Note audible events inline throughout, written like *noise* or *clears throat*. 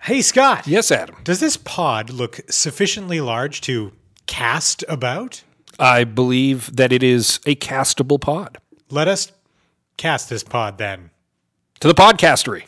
Hey, Scott. Yes, Adam. Does this pod look sufficiently large to cast about? I believe that it is a castable pod. Let us cast this pod then. To the podcastery.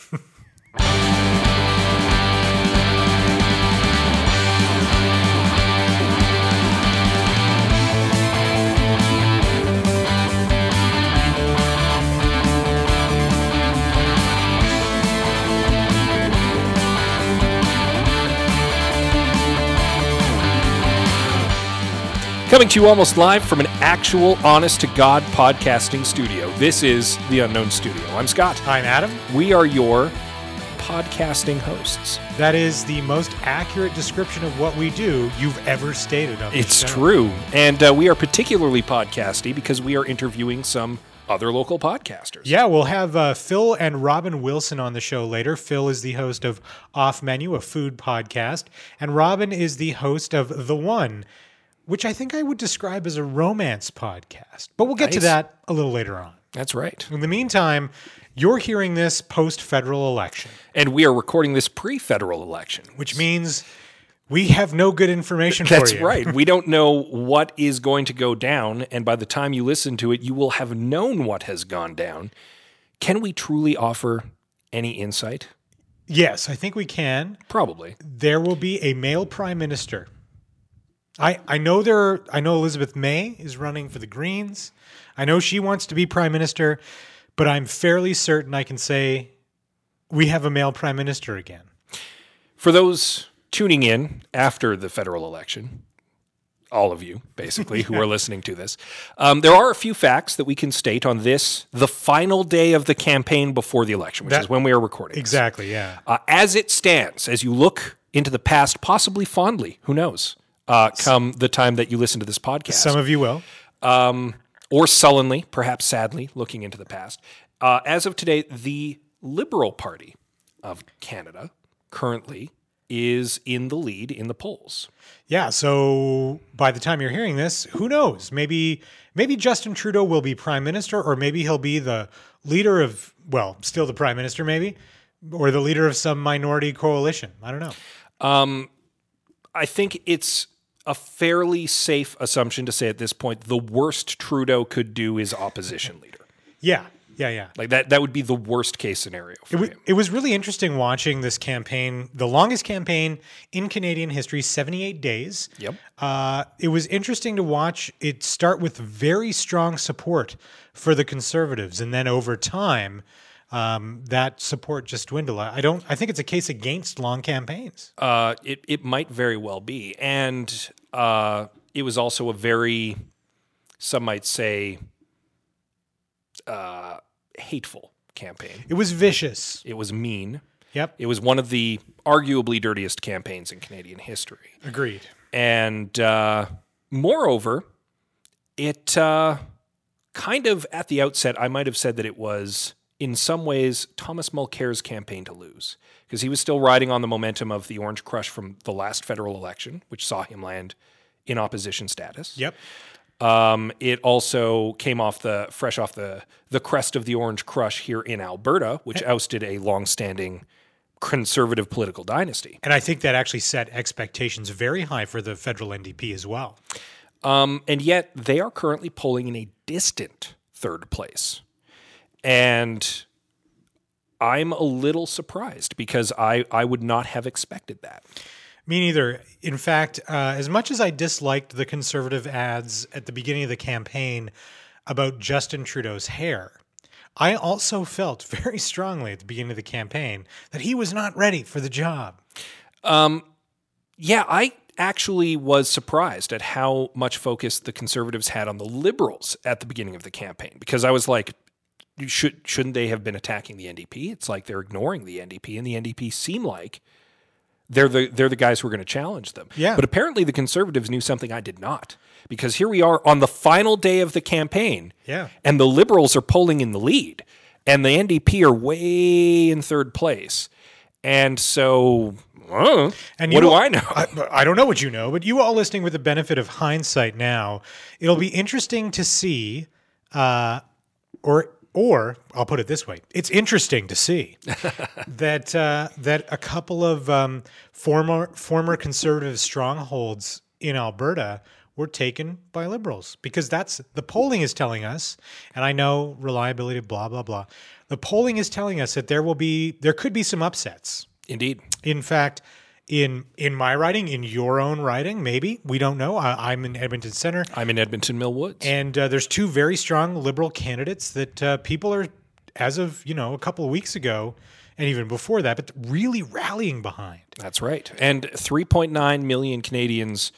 Coming to you almost live from an actual honest to God podcasting studio. This is The Unknown Studio. I'm Scott. I'm Adam. We are your podcasting hosts. That is the most accurate description of what we do you've ever stated on this It's show. true. And uh, we are particularly podcasty because we are interviewing some other local podcasters. Yeah, we'll have uh, Phil and Robin Wilson on the show later. Phil is the host of Off Menu, a food podcast, and Robin is the host of The One, which I think I would describe as a romance podcast. But we'll get to Nice. that a little later on. That's right. In the meantime, you're hearing this post federal election, And we are recording this pre federal election. which means we have no good information *laughs* That's for you. right. We don't know what is going to go down. And by the time you listen to it, you will have known what has gone down. Can we truly offer any insight? Yes, I think we can. Probably. There will be a male prime minister. I, I know there are, I know Elizabeth May is running for the Greens. I know she wants to be prime minister, but I'm fairly certain I can say we have a male prime minister again. For those tuning in after the federal election, all of you basically who are listening to this, um, there are a few facts that we can state on this, the final day of the campaign before the election, which is That- when we are recording. this. Exactly, yeah. Uh, as it stands, as you look into the past, possibly fondly, who knows, uh, come the time that you listen to this podcast, Some of you will. or sullenly, perhaps sadly, looking into the past. Uh, as of today, the Liberal Party of Canada currently is in the lead in the polls. Yeah, so by the time you're hearing this, who knows? Maybe maybe Justin Trudeau will be prime minister or maybe he'll be the leader of well, still the prime minister maybe or the leader of some minority coalition. I don't know. I think it's a fairly safe assumption to say at this point the worst Trudeau could do is opposition leader. Yeah. Yeah, yeah. Like that that would be the worst case scenario for It, wa- him. it was really interesting watching this campaign, the longest campaign in Canadian history, 78 days. Yep. Uh, it was interesting to watch it start with very strong support for the conservatives, and then over time, um, that support just dwindled. I I don't. I think it's a case against long campaigns. Uh, it it might very well be, and uh, it was also a very, some might say, uh, hateful campaign. It was vicious. It was mean. Yep. It was one of the arguably dirtiest campaigns in Canadian history. Agreed. And uh, moreover, it uh, kind of at the outset, I might have said that it was in some ways Thomas Mulcair's campaign to lose because he was still riding on the momentum of the Orange Crush from the last federal election, which saw him land in opposition status. Yep. Um, it also came off the fresh off the the crest of the Orange Crush here in Alberta, which ousted a longstanding conservative political dynasty. And I think that actually set expectations very high for the federal NDP as well. Um, and yet they are currently polling in a distant third place. And I'm a little surprised because I, I would not have expected that. Me neither. In fact, uh, as much as I disliked the conservative ads at the beginning of the campaign about Justin Trudeau's hair, I also felt *laughs* very strongly at the beginning of the campaign that he was not ready for the job. Yeah, I actually was surprised at how much focus the conservatives had on the liberals at the beginning of the campaign because I was like, you should shouldn't they have been attacking the NDP? It's like they're ignoring the NDP, and the NDP seem like they're the they're the guys who are going to challenge them. Yeah. But apparently, the conservatives knew something I did not because here we are on the final day of the campaign. Yeah. And the liberals are polling in the lead, and the NDP are way in third place, and so. uh, And what you do all- I know? *laughs* I, *laughs* I don't know what you know, but you all listening with the benefit of hindsight now, it'll be interesting to see, uh, or Or I'll put it this way: it's interesting to see that uh, that a couple of um, former former conservative strongholds in Alberta were taken by liberals because that's the polling is telling us, and I know reliability, blah blah blah. The polling is telling us that there will be there could be some upsets. Indeed. In fact, in in my writing, in your own writing, maybe we don't know. I, I'm in Edmonton Center, I'm in Edmonton Mill Woods. and uh, there's two very strong liberal candidates that uh, people are, as of you know, a couple of weeks ago, and even before that, but really rallying behind. That's right. And 3.9 million Canadians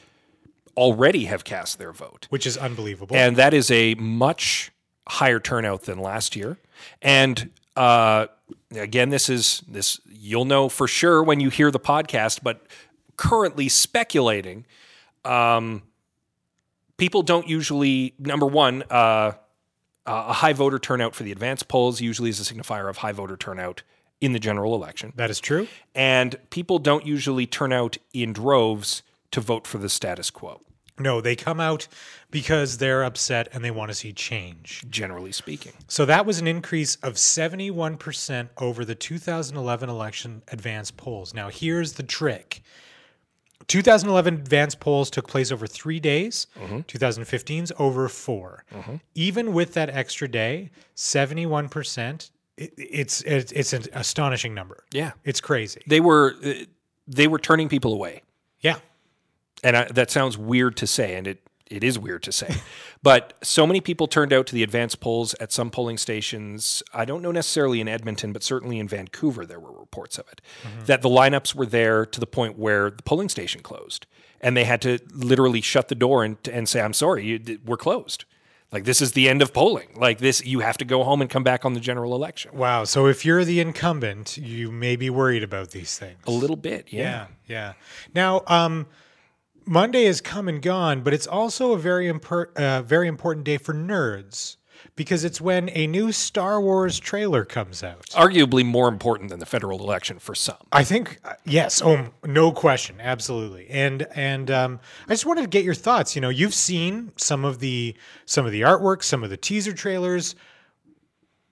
already have cast their vote. Which is unbelievable. And that is a much higher turnout than last year. And uh, again, this is this you'll know for sure when you hear the podcast, but currently speculating, um, people don't usually number one, uh, a high voter turnout for the advance polls usually is a signifier of high voter turnout in the general election. that is true. and people don't usually turn out in droves to vote for the status quo, No, they come out because they're upset and they want to see change. generally speaking. So that was an increase of 71% over the 2011 election advance polls. Now, here's the trick 2011 advance polls took place over three days, 2015's over 4 Even with that extra day, 71%, it, it's, it, it's an astonishing number. Yeah, It's crazy. they were uh, they were turning people away, Yeah. and I, that sounds weird to say, and it it is weird to say, but so many people turned out to the advance polls at some polling stations. I don't know necessarily in Edmonton, but certainly in Vancouver, there were reports of it that the lineups were there to the point where the polling station closed, and they had to literally shut the door and and say, "I'm sorry, you, d- we're closed." Like this is the end of polling. Like this, you have to go home and come back on the general election. Wow. So if you're the incumbent, you may be worried about these things. A little bit, yeah. Yeah, yeah. Now, um, Monday is come and gone, but it's also a very imper- uh, very important day for nerds because it's when a new Star Wars trailer comes out. Arguably more important than the federal election for some. I think uh, yes, oh no question, absolutely. And and um, I just wanted to get your thoughts. You know, you've seen some of the some of the artwork, some of the teaser trailers.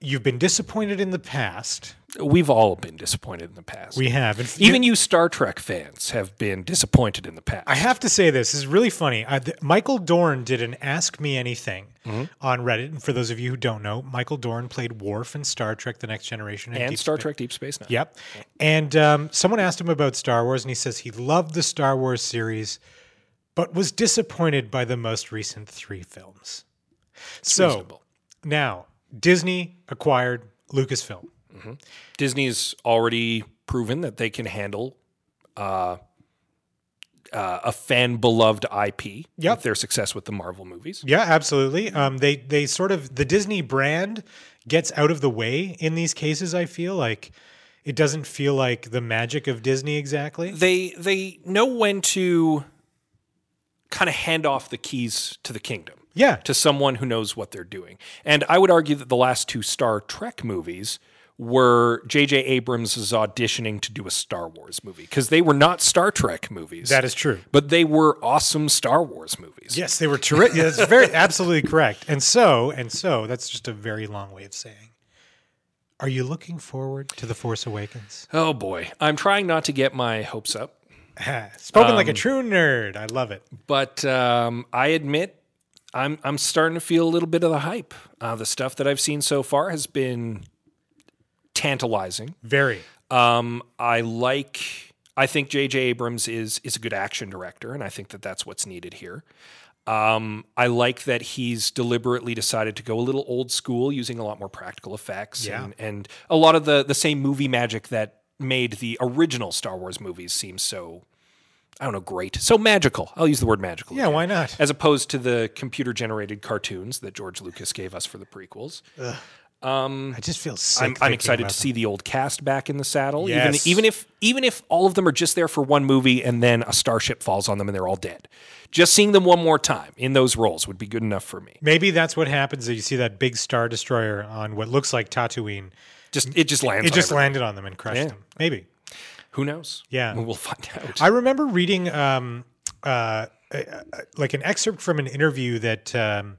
You've been disappointed in the past. We've all been disappointed in the past. We have, and f- Even you Star Trek fans have been disappointed in the past. I have to say this, this is really funny. I, th- Michael Dorn did an Ask Me Anything Mm-hmm. on Reddit. And for those of you who don't know, Michael Dorn played Worf in Star Trek: The Next Generation and Deep Star Space- Trek Deep Space Nine. Yep. And um, someone asked him about Star Wars, and he says he loved the Star Wars series, but was disappointed by the most recent three films. so reasonable. now Disney acquired Lucasfilm. Disney's already proven that they can handle uh, uh, a fan beloved IP Yep. with their success with the Marvel movies. Yeah, absolutely. Um, they they sort of the Disney brand gets out of the way in these cases. I feel like it doesn't feel like the magic of Disney exactly. They they know when to kind of hand off the keys to the kingdom. Yeah, to someone who knows what they're doing. And I would argue that the last two Star Trek movies were J.J. Abrams' auditioning to do a Star Wars movie because they were not Star Trek movies, that is true. but they were awesome Star Wars movies. Yes, they were terrific. yeah, that's very absolutely correct. And so and so that's just a very long way of saying. Are you looking forward to the Force Awakens? Oh boy, I'm trying not to get my hopes up, Spoken like a true nerd. I love it. but um, I admit I'm I'm starting to feel a little bit of the hype. Uh, the stuff that I've seen so far has been tantalizing. Very. Um, I like. I think J.J. Abrams is is a good action director, and I think that that's what's needed here. Um, I like that he's deliberately decided to go a little old school, using a lot more practical effects Yeah. and, and a lot of the the same movie magic that made the original Star Wars movies seem so I don't know great, so magical. I'll use the word magical. Yeah, again. why not? As opposed to the computer generated cartoons that George Lucas gave us for the prequels. I just feel sick. I'm, I'm thinking excited about to see the old cast back in the saddle. Yes. Even, even if even if all of them are just there for one movie and then a starship falls on them and they're all dead, just seeing them one more time in those roles would be good enough for me. Maybe that's what happens that you see that big star destroyer on what looks like Tatooine. Just it just lands. It on just everyone. landed on them and crushed them. Maybe. Who knows? Yeah. we'll find out. I remember reading um, uh, uh, uh, like an excerpt from an interview that um,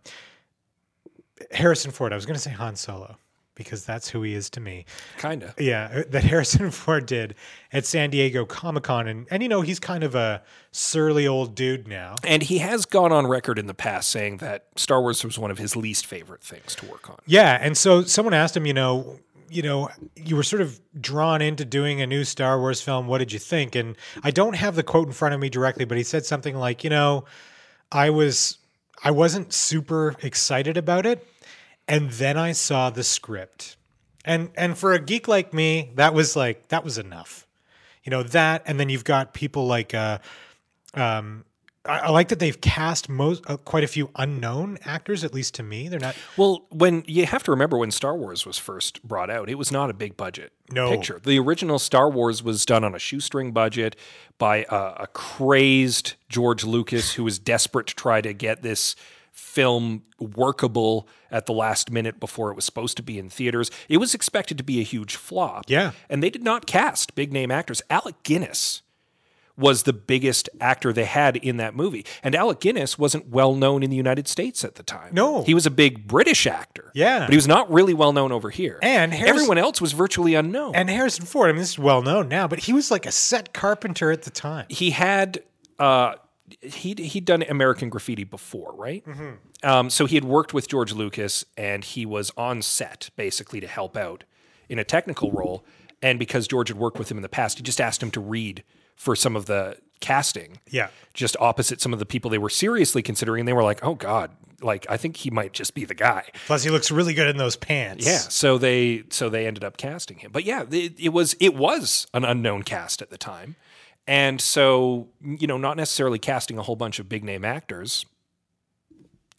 Harrison Ford. I was going to say Han Solo. because that's who he is to me. Kind of. Yeah, uh, that *laughs* Harrison Ford did at San Diego Comic Con, and and you know he's kind of a surly old dude now. And he has gone on record in the past saying that Star Wars was one of his least favorite things to work on. Yeah, and so someone asked him, you know, you know, you were sort of drawn into doing a new Star Wars film. What did you think? And I don't have the quote in front of me directly, but he said something like, you know, I was I wasn't super excited about it, and then I saw the script. And and for a geek like me, that was like that was enough. You know, that and then you've got people like uh um I, I like that they've cast most uh, quite a few unknown actors, at least to me. They're not Well, when you have to remember when Star Wars was first brought out, it was not a big budget No. picture. The original Star Wars was done on a shoestring budget by a, a crazed George Lucas who was desperate to try to get this film workable at the last minute before it was supposed to be in theaters. It was expected to be a huge flop. Yeah. And they did not cast big name actors. Alec Guinness was the biggest actor they had in that movie. And Alec Guinness wasn't well known in the United States at the time. No. He was a big British actor. Yeah. But he was not really well known over here. And Harris- everyone else was virtually unknown. and Harrison Ford, I mean this is well known now, but he was like a set carpenter at the time. he had uh he he'd done American Graffiti before, right? Mm-hmm. Um, so he had worked with George Lucas, and he was on set basically to help out in a technical role. And because George had worked with him in the past, he just asked him to read for some of the casting. Yeah. just opposite some of the people they were seriously considering. And they were like, "Oh God, like I think he might just be the guy." Plus he looks really good in those pants. Yeah. So they so they ended up casting him. But yeah, it, it was it was an unknown cast at the time. And so, you know, not necessarily casting a whole bunch of big name actors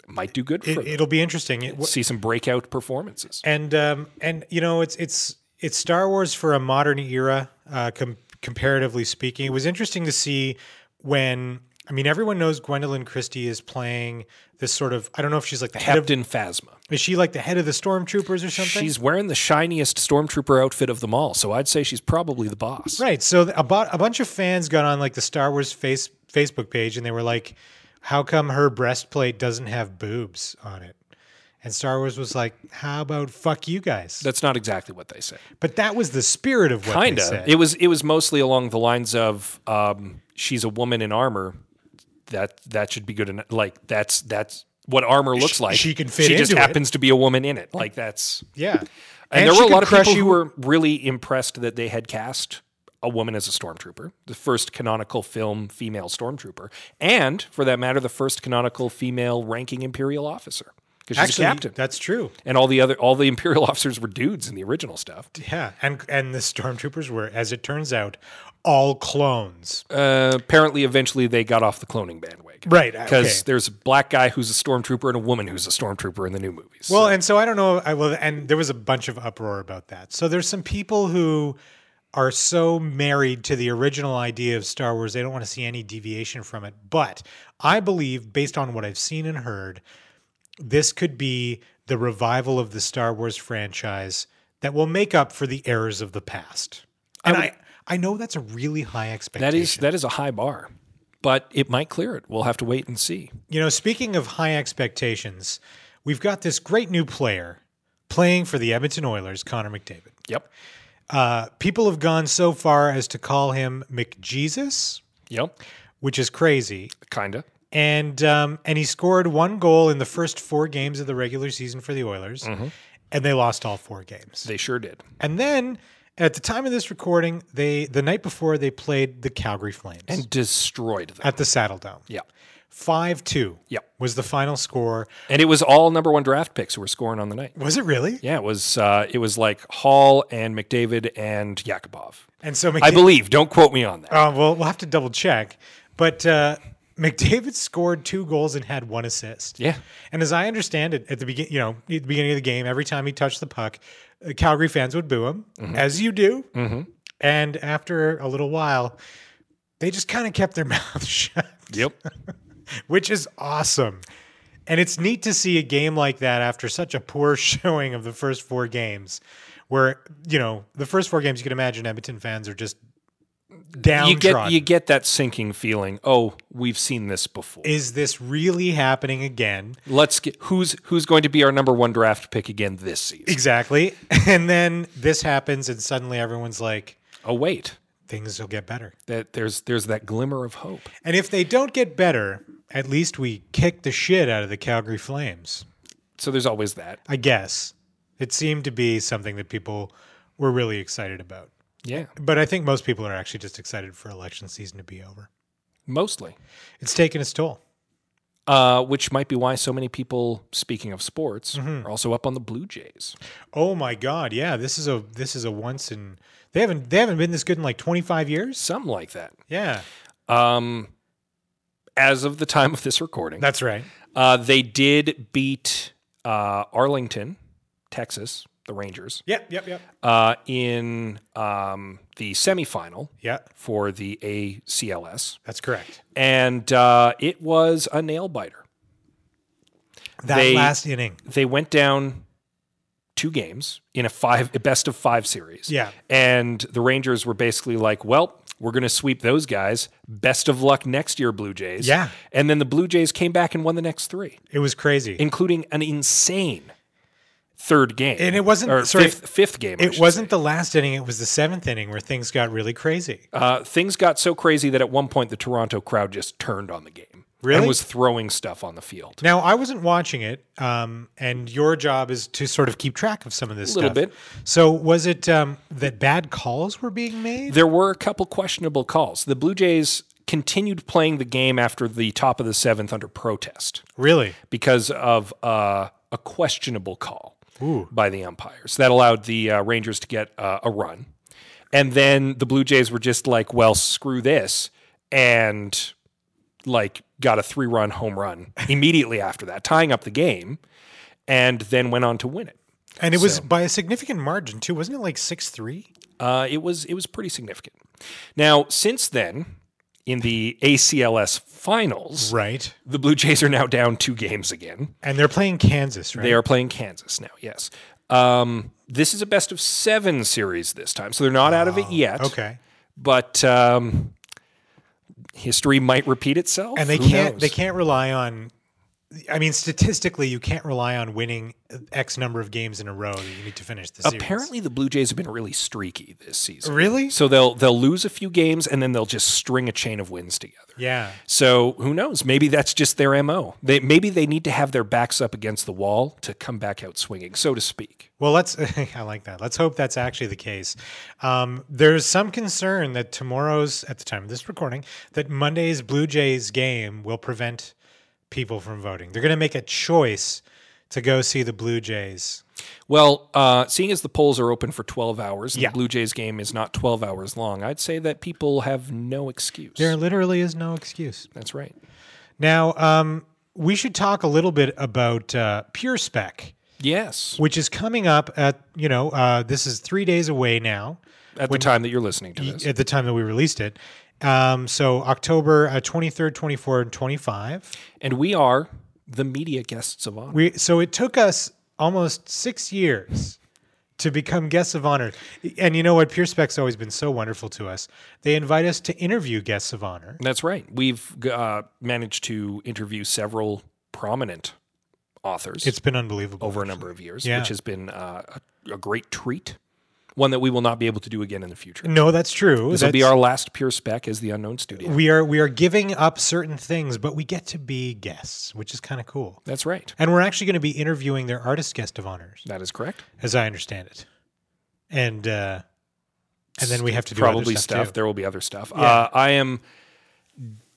might do good for It, them. it'll be interesting. It, See some breakout performances. and um, and you know it's it's it's Star Wars for a modern era, uh, com- comparatively speaking. It was interesting to see when I mean everyone knows Gwendolyn Christie is playing this sort of I don't know if she's like the head of Captain Phasma. is she like the head of the stormtroopers or something. She's wearing the shiniest stormtrooper outfit of them all, so I'd say she's probably the boss. Right. So th- a, bu- a bunch of fans got on like the Star Wars face Facebook page and they were like, "How come her breastplate doesn't have boobs on it?" And Star Wars was like, "How about fuck you guys?" That's not exactly what they say. but that was the spirit of what Kind they said. of. It was it was mostly along the lines of um, she's a woman in armor. That that should be good enough. Like that's that's what armor looks like. she can fit She just into it. happens to be a woman in it. Like that's. yeah. And, there she were a could lot of crush people who you- were really impressed that they had cast a woman as a stormtrooper, the first canonical film female stormtrooper, and for that matter, the first canonical female ranking imperial officer because she's Actually, a captain. that's true. and all the other all the imperial *laughs* officers were dudes in the original stuff. Yeah, and and the stormtroopers were, as it turns out, all clones. Uh, apparently, eventually they got off the cloning bandwagon. Right, uh, Because okay. there's a black guy who's a stormtrooper and a woman who's a stormtrooper in the new movies. Well, and so I don't know. I will, and there was a bunch of uproar about that. So there's some people who are so married to the original idea of Star Wars, they don't want to see any deviation from it. But I believe, based on what I've seen and heard, this could be the revival of the Star Wars franchise that will make up for the errors of the past. And I, I, know that's a really high expectation. that is that is a high bar, but it might clear it. We'll have to wait and see. You know, speaking of high expectations, we've got this great new player playing for the Edmonton Oilers, Connor McDavid. Yep. Uh, people have gone so far as to call him McJesus, Yep. which is crazy. Kinda. And um, and he scored one goal in the first four games of the regular season for the Oilers, Mm-hmm. and they lost all four games. They sure did. And then at the time of this recording, they the night before they played the Calgary Flames And destroyed them. at the Saddle Dome. Yeah. Five two. Yep. was the final score. And it was all number one draft picks who were scoring on the night. Was it really? Yeah, it was uh, it was like Hall and McDavid and Yakubov. And so McDavid, I believe. Don't quote me on that. Uh, well, we'll have to double check. But uh, McDavid scored two goals and had one assist. Yeah. And as I understand it, at the beginning, you know, at the beginning of the game, every time he touched the puck, uh, Calgary fans would boo him, as you do. And after a little while, they just kind of kept their *laughs* mouth shut, Yep. which is awesome. And it's neat to see a game like that after such a poor *laughs* showing of the first four games, where, you know, the first four games, you can imagine Edmonton fans are just downtrodden. you get you get that sinking feeling. Oh, we've seen this before. Is this really happening again? Let's get who's who's going to be our number one draft pick again this *laughs* season. Exactly. And then this happens, and suddenly everyone's like, Oh wait, things will get better. that there's there's that glimmer of hope. And if they don't get better, at least we kick the shit out of the Calgary Flames. So there's always that. I guess it seemed to be something that people were really excited about. Yeah, But I think most people are actually just excited for election season to be over. mostly. It's taken its toll. Uh, which might be why so many people, speaking of sports, are also up on the Blue Jays. Oh my god, yeah, this is a this is a once in they haven't they haven't been this good in like 25 years. Some like that. Yeah. Um, as of the time of this recording, That's right. uh, they did beat uh, Arlington, Texas, the Rangers, Yep, yep, yep. uh, in um, the semifinal Yeah, for the ACLS, that's correct. and uh, it was a nail biter. That They- last inning. They went down two games in a five a best of five series. Yeah. and the Rangers were basically like, "Well, we're going to sweep those guys. Best of luck next year, Blue Jays." Yeah. and then the Blue Jays came back and won the next three. It was crazy. including an insane third game. And it wasn't- or sorry, fifth, fifth game. I It should wasn't the last inning, it was the 7th inning where things got really crazy. say. Uh, things got so crazy that at one point the Toronto crowd just turned on the game. Really? And was throwing stuff on the field. Now, I wasn't watching it, um, and your job is to sort of keep track of some of this Little stuff. bit. So, was it um, that bad calls were being made? There were a couple questionable calls. The Blue Jays continued playing the game after the top of the seventh under protest Really? because of uh, a questionable call Ooh. by the umpires that allowed the uh, Rangers to get uh, a run. And then the Blue Jays were just like, well, screw this. And like got a three run home run immediately after that, tying up the game, and then went on to win it. And it was by a significant margin, too. Wasn't it like 6 3? Uh, it was it was pretty significant. Now, since then, in the ACLS finals, Right. the Blue Jays are now down two games again. And they're playing Kansas, right? They are playing Kansas now. Yes. Um, this is a best of seven series this time, so they're not out of it yet. okay. But um, history might repeat itself, And they Who can't knows? they can't rely on I mean, statistically, you can't rely on winning X number of games in a row that you need to finish the series. Apparently, the Blue Jays have been really streaky this season. Really? So they'll they'll lose a few games and then they'll just string a chain of wins together. Yeah. So who knows? Maybe that's just their mo. They maybe they need to have their backs up against the wall to come back out swinging, so to speak. Well, let's. *laughs* I like that. Let's hope that's actually the case. Um, there's some concern that tomorrow's, at the time of this recording, that Monday's Blue Jays game will prevent people from voting. They're going to make a choice to go see the Blue Jays. Well, uh, seeing as the polls are open for 12 hours and Yeah. the Blue Jays game is not 12 hours long, I'd say that people have no excuse. There literally is no excuse. That's right. Now, um, we should talk a little bit about uh, Pure Spec, Yes. which is coming up at you know uh, this is three days away now. At the time that you're listening to this. At the time that we released it. Um, so October uh, 23rd, 24, and 25. And we are the media guests of honor. We so it took us almost six years to become guests of honor, and you know what? Pure Spec's always been so wonderful to us. They invite us to interview guests of honor. That's right. We've uh, managed to interview several prominent authors It's been unbelievable. over a number of years, Yeah. which has been uh, a, a great treat. One that we will not be able to do again in the future. No, that's true. This will be Mm, That's- our last pure spec as the Unknown Studio. we are we are giving up certain things, but we get to be guests, which is kind of cool. That's right. And we're actually going to be interviewing their artist guest of honors, That is correct. as I understand it. And uh, and then we have to do other probably stuff. too. There will be other stuff. Uh, I am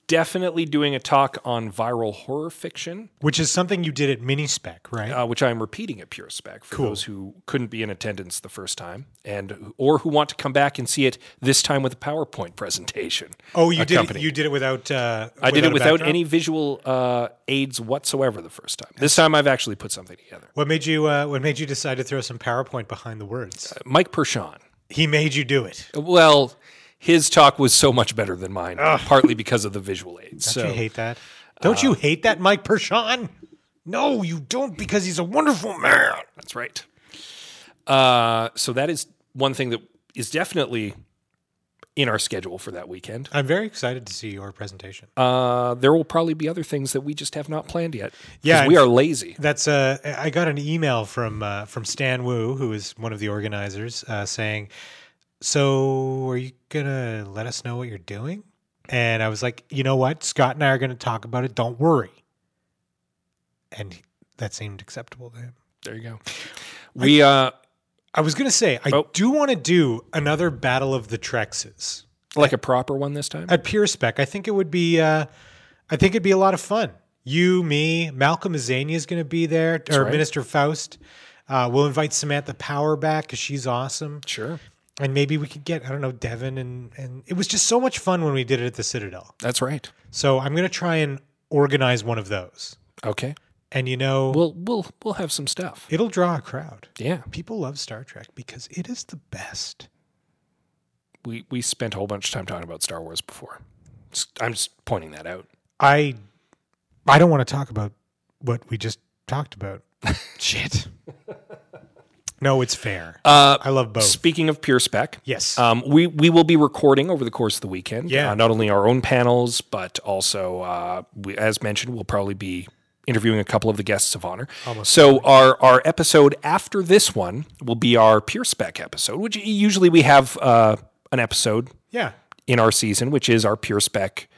definitely doing a talk on viral horror fiction, which is something you did at Mini Spec, right? uh, which I am repeating at Pure Spec for Cool. those who couldn't be in attendance the first time, and or who want to come back and see it this time with a PowerPoint presentation. Oh, you did it, accompanied. you did it without. Uh, I did it a without backdrop? any visual uh, aids whatsoever the first time. This time, I've actually put something together. What made you? Uh, what made you decide to throw some PowerPoint behind the words? Mike Pershawn. He made you do it. Well, his talk was so much better than mine, partly because of the visual aids. Don't so uh, you hate that? Don't you hate that, Mike Pershawn? No, you don't, because he's a wonderful man. That's right. Uh, so that is one thing that is definitely in our schedule for that weekend. I'm very excited to see your presentation. Uh, there will probably be other things that we just have not planned yet. 'cause Yeah, we and- are lazy. That's uh, I got an email from uh, from Stan Wu, who is one of the organizers, uh, saying, "So are you gonna let us know what you're doing?" And I was like, "You know what? Scott and I are gonna talk about it. Don't worry." And he- that seemed acceptable to him. There you go. We uh, I was gonna say I Oh. do want to do another Battle of the Trexes like a proper one this time. at Pure Spec. I think it would be, uh, I think it'd be a lot of fun. You, me, Malcolm Azania is going to be there, or right. Minister Faust. Uh, we'll invite Samantha Power back because she's awesome, Sure. and maybe we could get I don't know Devin and and it was just so much fun when we did it at the Citadel. That's right. So I'm going to try and organize one of those, Okay. and you know We'll we'll we'll have some stuff. it'll draw a crowd. Yeah. People love Star Trek because it is the best. We we spent a whole bunch of time talking about Star Wars before. Just- I'm just pointing that out. I I don't want to talk about what we just talked about. Shit. No, it's fair. Uh, I love both. Speaking of pure spec, yes. um, we we will be recording over the course of the weekend. Yeah. Uh, not only our own panels, but also, uh, we, as mentioned, we'll probably be interviewing a couple of the guests of honor. Almost so our our episode after this one will be our pure spec episode, which usually we have uh, an episode yeah. in our season, which is our pure spec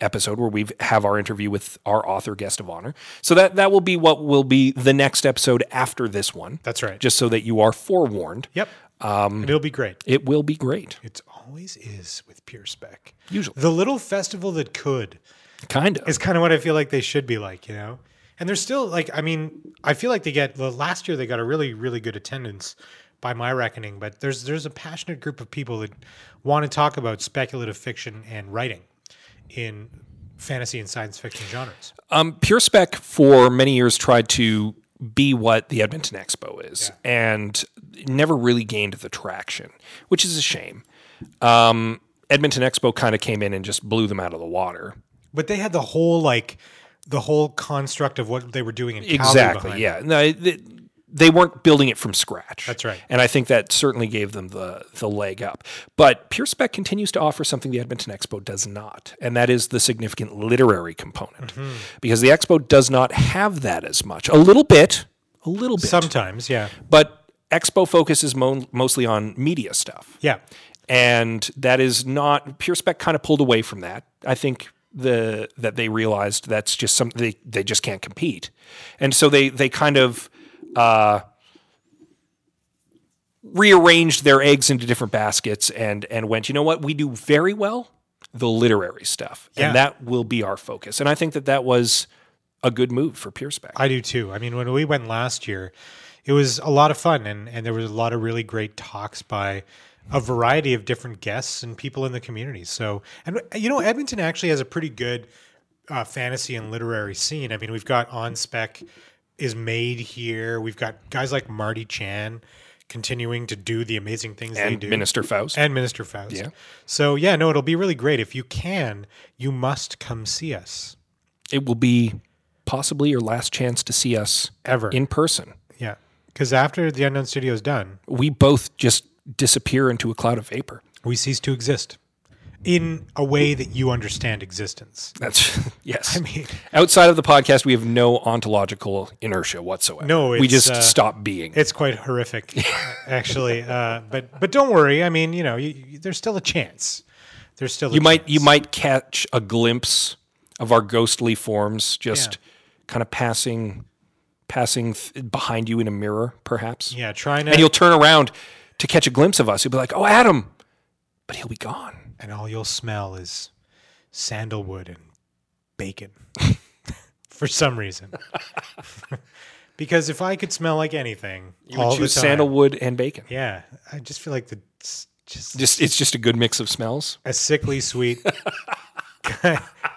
episode where we have our interview with our author guest of honor. So that that will be what will be the next episode after this one. That's right. Just so that you are forewarned. yep. Um, it'll be great. It will be great. It always is with pure spec. Usually. The little festival that could Kind of. is kind of what I feel like they should be like, you know? And they're still like, I mean, I feel like they get the last year they got a really, really good attendance by my reckoning, but there's there's a passionate group of people that want to talk about speculative fiction and writing in fantasy and science fiction genres. Um, Pure Spec for many years tried to be what the Edmonton Expo is and never really gained the traction, which is a shame. Um, Edmonton Expo kind of came in and just blew them out of the water. But they had the whole like the whole construct of what they were doing in Calgary Exactly. behind Yeah. No, they, they weren't building it from scratch. That's right. And I think that certainly gave them the the leg up. But Pure Spec continues to offer something the Edmonton Expo does not, and that is the significant literary component, Mm-hmm. because the Expo does not have that as much. A little bit, a little bit, Sometimes, yeah. but Expo focuses mo- mostly on media stuff. Yeah. And that is not Pure Spec kind of pulled away from that. I think the that they realized that's just something they, they just can't compete. And so they they kind of uh rearranged their eggs into different baskets and and went, you know what, we do very well the literary stuff. Yeah. And that will be our focus. And I think that that was a good move for Pure Spec. I do too. I mean, when we went last year, it was a lot of fun, and and there was a lot of really great talks by a variety of different guests and people in the community. So, and you know, Edmonton actually has a pretty good uh, fantasy and literary scene. I mean, we've got On Spec is made here. We've got guys like Marty Chan continuing to do the amazing things they and do. Minister Faust. and Minister Faust. Yeah. So yeah, no, it'll be really great. If you can, you must come see us. it will be possibly your last chance to see us Ever. in person. Yeah. Because after the Unknown Studio is done, We both just disappear into a cloud of vapor. we cease to exist in a way that you understand existence. That's *laughs* yes. I mean, Outside of the podcast, we have no ontological inertia whatsoever. No, we it's, just uh, stop being. it's quite *laughs* horrific, actually. Uh, but but don't worry. I mean, you know, you, you, there's still a chance. There's still a You might you might catch a glimpse of our ghostly forms just kind of passing passing th- behind you in a mirror, perhaps. yeah trying to And and, you'll turn around to catch a glimpse of us. You'll be like, "Oh, Adam," but he'll be gone. all you'll smell is sandalwood and *laughs* bacon for some reason. *laughs* because if I could smell like anything, You all would the choose time, sandalwood and bacon. Yeah, I just feel like the it's just just it's just a good mix of smells. a sickly sweet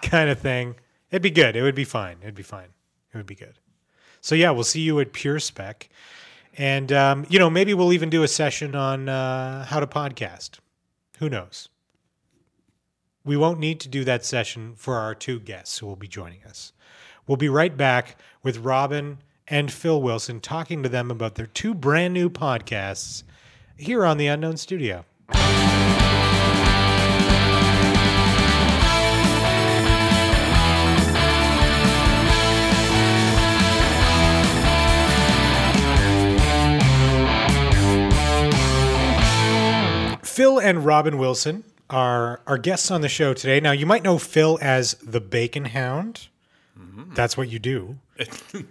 kind of thing. It'd be good. It would be fine. It'd be fine. It would be good. So yeah, we'll see you at Pure Spec, and um, you know maybe we'll even do a session on uh, how to podcast. Who knows? We won't need to do that session for our two guests who will be joining us. We'll be right back with Robin and Phil Wilson talking to them about their two brand new podcasts here on the Unknown Studio. and Robin Wilson are our guests on the show today. Now, you might know Phil as the Bacon Hound. That's what you do.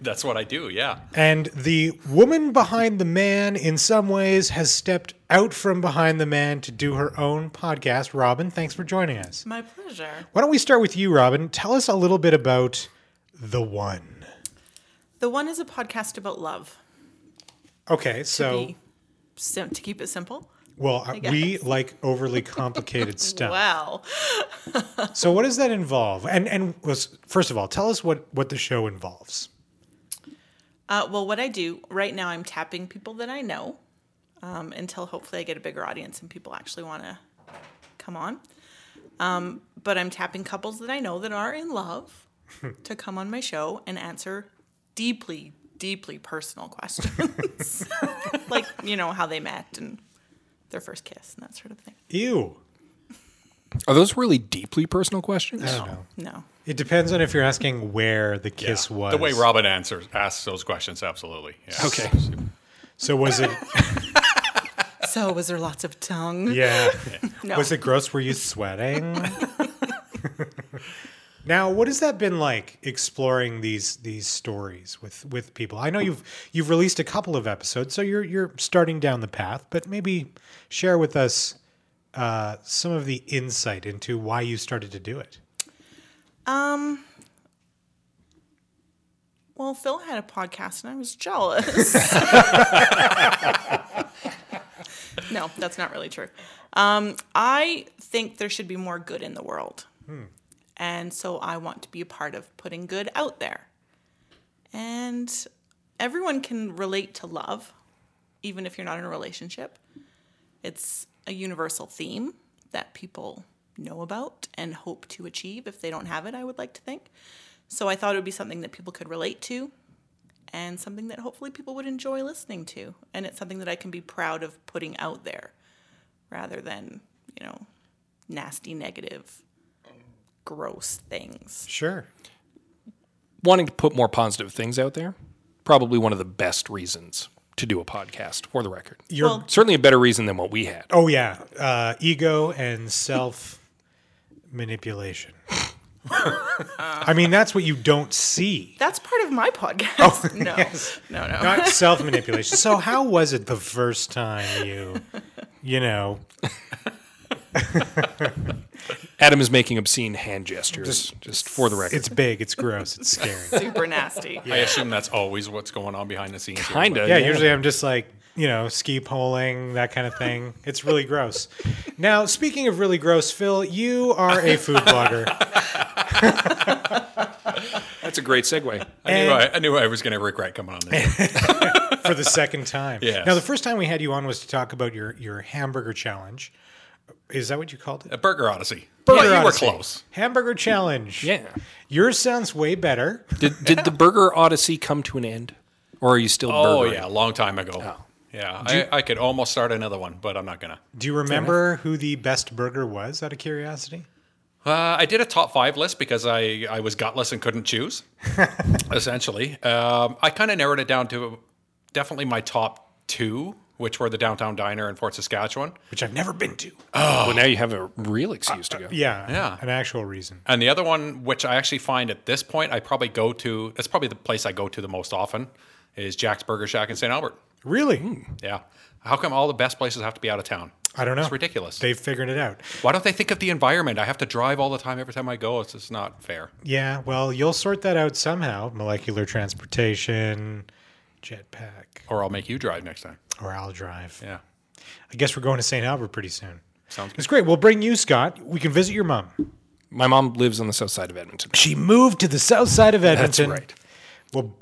That's what I do. Yeah. And the woman behind the man, in some ways, has stepped out from behind the man to do her own podcast. Robin, thanks for joining us. My pleasure. Why don't we start with you, Robin? Tell us a little bit about The One. The one is a podcast about love. Okay, To so, be sim- to keep it simple. well, uh, we *laughs* like overly complicated stuff. Wow. So, what does that involve? And, and was, first of all, tell us what, what the show involves. Uh, well, what I do right now, I'm tapping people that I know um, until hopefully I get a bigger audience and people actually want to come on. Um, but I'm tapping couples that I know that are in love to come on my show and answer deeply, deeply personal *laughs* questions, *laughs* like you know how they met and their first kiss and that sort of thing. Ew. Are those really deeply personal questions? No. It depends on if you're asking where the kiss Yeah. was. The way Robin answers asks those questions, absolutely. Yeah. Okay. So was it? So was there lots of tongue? Yeah. No. Was it gross? Were you *laughs* sweating? *laughs* now, what has that been like exploring these these stories with with people? I know you've you've released a couple of episodes, so you're you're starting down the path, but maybe share with us uh, some of the insight into why you started to do it. Well, Phil had a podcast and I was jealous. *laughs* *laughs* no, that's not really true. Um, I think there should be more good in the world. Hmm. And so I want to be a part of putting good out there. And everyone can relate to love, even if you're not in a relationship. It's a universal theme that people know about and hope to achieve if they don't have it, I would like to think. So I thought it would be something that people could relate to and something that hopefully people would enjoy listening to. And it's something that I can be proud of putting out there rather than, you know, nasty, negative, gross things. Sure. Wanting to put more positive things out there, probably one of the best reasons to do a podcast, for the record. You're Well- Certainly a better reason than what we had. Oh yeah, uh, ego and self manipulation. I mean, that's what you don't see. That's part of my podcast. *laughs* no, no, no. Not self manipulation. So how was it the first time you, you know, Adam is making obscene hand gestures, just, for the record. it's big, it's gross, it's scary. *laughs* Super nasty. I assume that's always what's going on behind the scenes. here, Kinda, but- Yeah, usually I'm just like, you know, ski polling, that kind of thing. It's really gross. Now, speaking of really gross, Phil, you are a food blogger. That's a great segue. I knew I, I knew I was going to regret coming on *laughs* this. for the second time. Yes. Now, the first time we had you on was to talk about your your hamburger challenge. Is that what you called it? A Burger Odyssey. Burger But you Odyssey. were close. Hamburger challenge. Yeah. Yours sounds way better. Did, did the Burger Odyssey come to an end? Or are you still Oh burgering? yeah, a long time ago. Oh. Yeah, I, I could almost start another one, but I'm not gonna. Do you remember who the best burger was out of curiosity? Uh, I did a top five list because I, I was gutless and couldn't choose. *laughs* essentially, um, I kind of narrowed it down to definitely my top two, which were the Downtown Diner in Fort Saskatchewan, Which I've never been to. Well, now you have a real excuse to go. Yeah. Yeah. An actual reason. and the other one, which I actually find at this point I probably go to. That's probably the place I go to the most often is Jack's Burger Shack in St. Albert. Really? Yeah, how come all the best places have to be out of town? I don't know. It's ridiculous. They've figured it out. Why don't they think of the environment? I have to drive all the time every time I go. It's just not fair. Yeah. Well, you'll sort that out somehow. Molecular transportation, jetpack, Or I'll make you drive next time. or I'll drive. Yeah. I guess we're going to St. Albert pretty soon. Sounds good. It's great. We'll bring you, Scott. We can visit your mom. My mom lives on the south side of Edmonton. She moved to the south side of Edmonton. right. Well,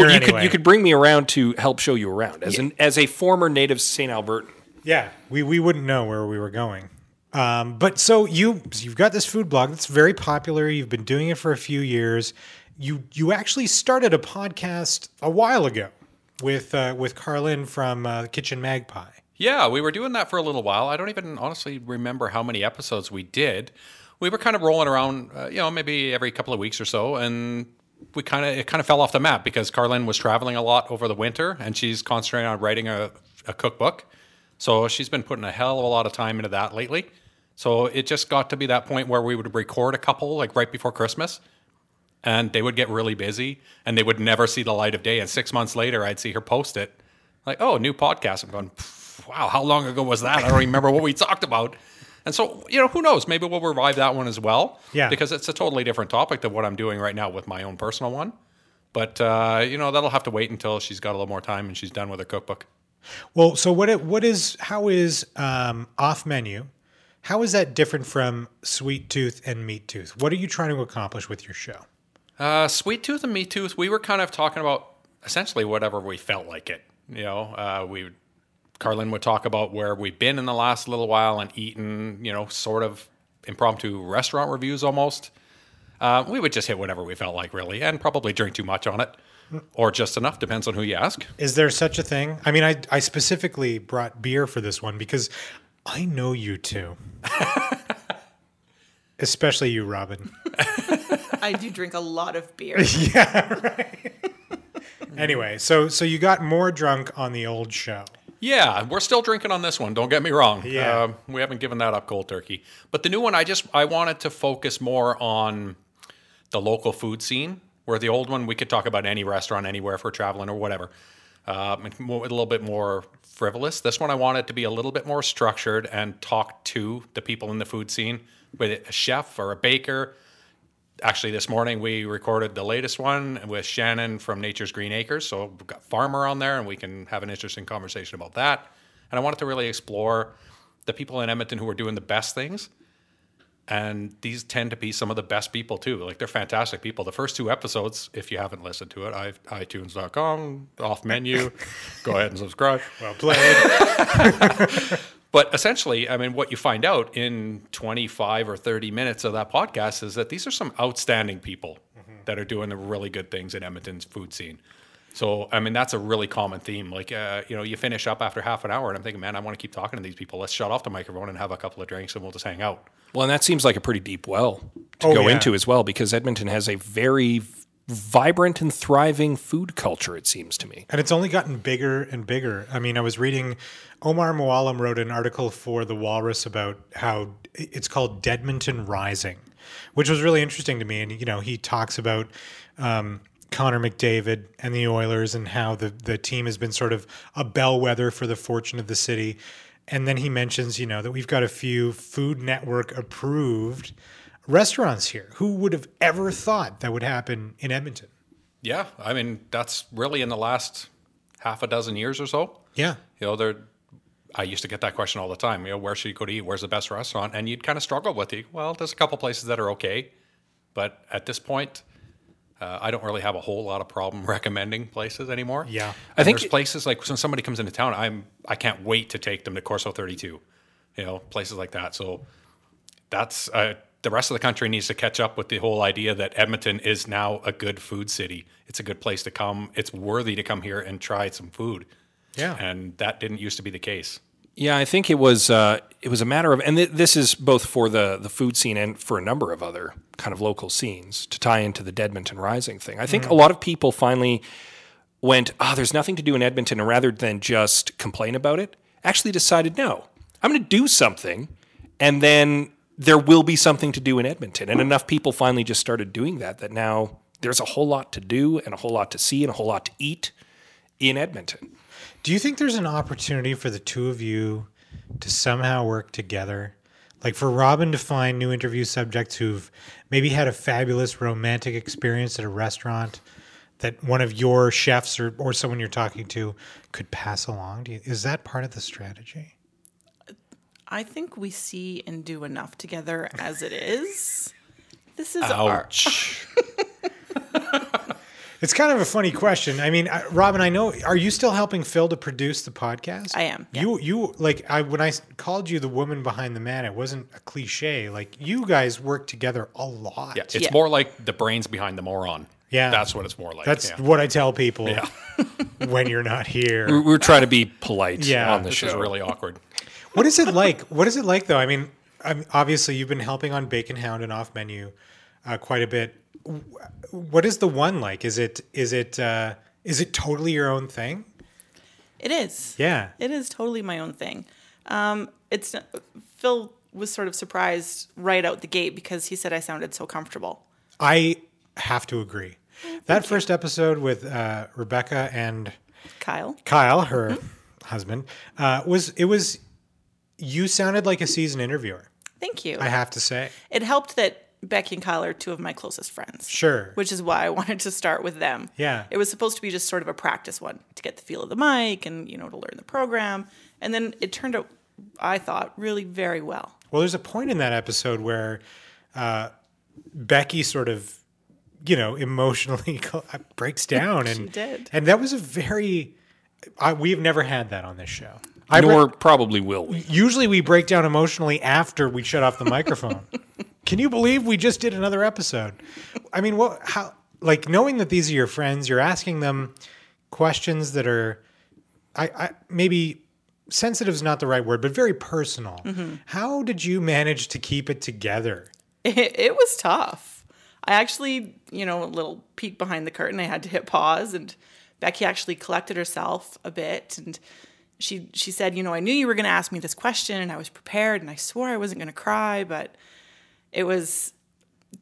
bring you her could anyway. you could bring me around to help show you around as an as a former native St. Albertan. Yeah, we, we wouldn't know where we were going. Um, but so you so you've got this food blog that's very popular. You've been doing it for a few years. You you actually started a podcast a while ago with uh, with Carlin from uh, Kitchen Magpie. Yeah, we were doing that for a little while. I don't even honestly remember how many episodes we did. We were kind of rolling around, uh, you know, maybe every couple of weeks or so, and we kind of it kind of fell off the map because Carlin was traveling a lot over the winter, and she's concentrating on writing a, a cookbook So she's been putting a hell of a lot of time into that lately. So it just got to be that point where we would record a couple like right before Christmas and they would get really busy and they would never see the light of day. And six months later, I'd see her post it like, oh, new podcast. I'm going, "Pff, wow, how long ago was that? I don't remember what we talked about. And so, you know, who knows? Maybe we'll revive that one as well. Yeah. Because it's a totally different topic than what I'm doing right now with my own personal one. But, uh, you know, that'll have to wait until she's got a little more time and she's done with her cookbook. Well, so what? It, what is? How is um, off menu? How is that different from sweet tooth and meat tooth? What are you trying to accomplish with your show? Uh, Sweet Tooth and Me Tooth, we were kind of talking about essentially whatever we felt like it. You know, uh, we, would- Carlin would talk about where we've been in the last little while and eaten, you know, sort of impromptu restaurant reviews almost. Uh, we would just hit whatever we felt like, really, and probably drink too much on it or just enough, depends on who you ask. Is there such a thing? I mean, I, I specifically brought beer for this one because I know you two, *laughs* especially you, Robin. I do drink a lot of beer. Anyway, so so you got more drunk on the old show. Yeah, we're still drinking on this one. Don't get me wrong. Yeah. Um, we haven't given that up cold turkey. But the new one, I just I wanted to focus more on the local food scene. Where the old one, we could talk about any restaurant anywhere if we're traveling or whatever. Um, and more- a little bit more frivolous. This one, I wanted to be a little bit more structured and talk to the people in the food scene with a chef or a baker. Actually, this morning we recorded the latest one with Shannon from Nature's Green Acres. So we've got Farmer on there and we can have an interesting conversation about that. And I wanted to really explore the people in Edmonton who are doing the best things. And these tend to be some of the best people too. Like they're fantastic people. The first two episodes, if you haven't listened to it, I, iTunes.com, off menu, go ahead and subscribe. Well played. But essentially, I mean, what you find out in 25 or 30 minutes of that podcast is that these are some outstanding people that are doing the really good things in Edmonton's food scene. So, I mean, that's a really common theme. Like, uh, you know, you finish up after half an hour, and I'm thinking, man, I want to keep talking to these people. Let's shut off the microphone and have a couple of drinks, and we'll just hang out. Well, and that seems like a pretty deep well to Oh, go yeah. into as well, because Edmonton has a very v- vibrant and thriving food culture. It seems to me. and it's only gotten bigger and bigger. I mean, I was reading Omar Mualim wrote an article for The Walrus about how it's called Deadmonton Rising, which was really interesting to me. And, you know, he talks about um, Connor McDavid and the Oilers and how the, the team has been sort of a bellwether for the fortune of the city. And then he mentions, you know, that we've got a few Food Network approved restaurants here. Who would have ever thought that would happen in Edmonton? Yeah, I mean, that's really in the last half a dozen years or so. Yeah. You know, there. I used to get that question all the time. You know, where should you go to eat? Where's the best restaurant? And you'd kind of struggle with it. Well, there's a couple places that are okay, but at this point, uh, I don't really have a whole lot of problem *laughs* recommending places anymore. Yeah. I I think think there's it- places like when somebody comes into town, I'm I can't wait to take them to Corso 32. You know, places like that. So that's uh, the rest of the country needs to catch up with the whole idea that Edmonton is now a good food city. It's a good place to come. It's worthy to come here and try some food. Yeah. and that didn't used to be the case. Yeah, I think it was uh, it was a matter of, and th- this is both for the the food scene and for a number of other kind of local scenes to tie into the Edmonton Rising thing. I think a lot of people finally went, "Ah, there's nothing to do in Edmonton," and rather than just complain about it, actually decided, "No, I'm going to do something," and then there will be something to do in Edmonton. And enough people finally just started doing that that now there's a whole lot to do and a whole lot to see and a whole lot to eat in Edmonton. Do you think there's an opportunity for the two of you to somehow work together? Like for Robin to find new interview subjects who've maybe had a fabulous romantic experience at a restaurant that one of your chefs or, or someone you're talking to could pass along? Do you, is that part of the strategy? I think we see and do enough together as it is. This Uh, is our Ouch. It's kind of a funny question. I mean, I, Robin, I know. Are you still helping Phil to produce the podcast? I am, yeah. You, you like I when I s- called you the woman behind the man. It wasn't a cliche. Like you guys work together a lot. Yeah, it's Yeah. more like the brains behind the moron. Yeah. that's what it's more like. That's yeah. what I tell people *laughs* when you're not We're here. we're trying to be polite Yeah, on the this show. is really awkward. what is it like? What is it like though? I mean, I'm, obviously you've been helping on Bacon Hound and Off Menu uh, quite a bit. W- What is the one like? Is it is it uh, is it totally your own thing? It is. Yeah. It is totally my own thing. Um, it's Phil was sort of surprised right out the gate because he said I sounded so comfortable. I have to agree. That first episode with uh, Rebecca and Kyle, Kyle, her husband, uh, was it was you sounded like a seasoned interviewer. thank you. I have to say, it helped that Becky and Kyle are two of my closest friends, sure. which is why I *laughs* wanted to start with them. Yeah. It was supposed to be just sort of a practice one to get the feel of the mic and, you know, to learn the program. And then it turned out, I thought, really very well. Well, there's a point in that episode where uh, Becky sort of, you know, emotionally *laughs* co- breaks down, and did. and that was a very. I, we've never had that on this show. I re- Nor probably will we. usually we break down emotionally after we shut *laughs* off the microphone. Can you believe we just did another episode? I mean, what? How? Like knowing that these are your friends, you're asking them questions that are, I, I maybe sensitive is not the right word, but very personal. Mm-hmm. How did you manage to keep it together? It, *laughs* it was tough. I actually, you know, a little peek behind the curtain. I had to hit pause, and Becky actually collected herself a bit, and she she said, you know, I knew you were going to ask me this question, and I was prepared, and I swore I wasn't going to cry, but it was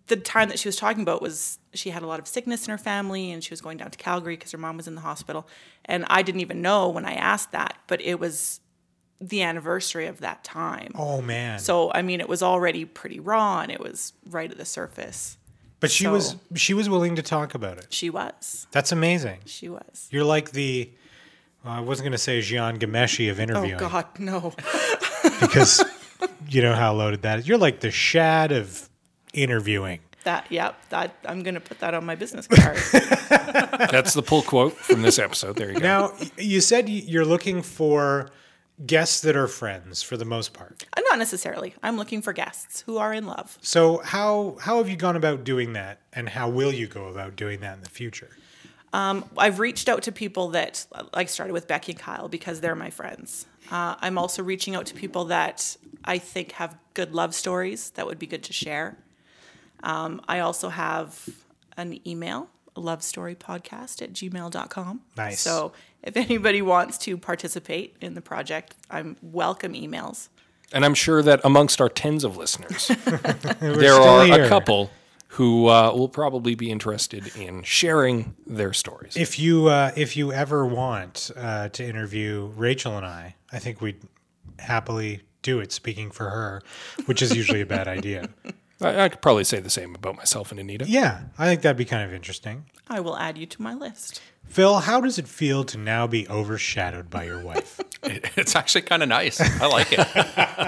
the time that she was talking about was she had a lot of sickness in her family, and she was going down to Calgary because her mom was in the hospital, and I didn't even know when I asked that, but it was the anniversary of that time. Oh man! So I mean, it was already pretty raw, and it was right at the surface. but she was so- she was willing to talk about it. She was. That's amazing. She was. You're like the. well, I wasn't going to say Gian Gameshi of Oh interviewing. God, no. because you know how loaded that is. You're like the shad of interviewing. *laughs* That yep. That I'm gonna put that on my business *laughs* card. That's the pull quote from this episode. There you go. Now, y- you said y- you're looking for guests that are friends for the most part. Uh, Not necessarily. I'm looking for guests who are in love. So, how how have you gone about doing that, and how will you go about doing that in the future? I've reached out to people that like started with Becky and Kyle because they're my friends. Uh, I'm also reaching out to people that I think have good love stories that would be good to share. Um, I also have an email, love story podcast at gmail.com. Nice. So if anybody wants to participate in the project, I'm welcome emails. And I'm sure that amongst our tens *laughs* of listeners, there still are here. a couple who uh, will probably be interested in sharing their stories. If you uh, if you ever want uh, to interview Rachel and I, I think we'd happily do it. Speaking for her, which is usually a bad idea. I, I could probably say the same about myself and Anita. Yeah, I think that'd be kind of interesting. I will add you to *laughs* my list. Phil, how does it feel to now be overshadowed by your wife? It- *laughs* It's actually kind of nice. I like it. *laughs*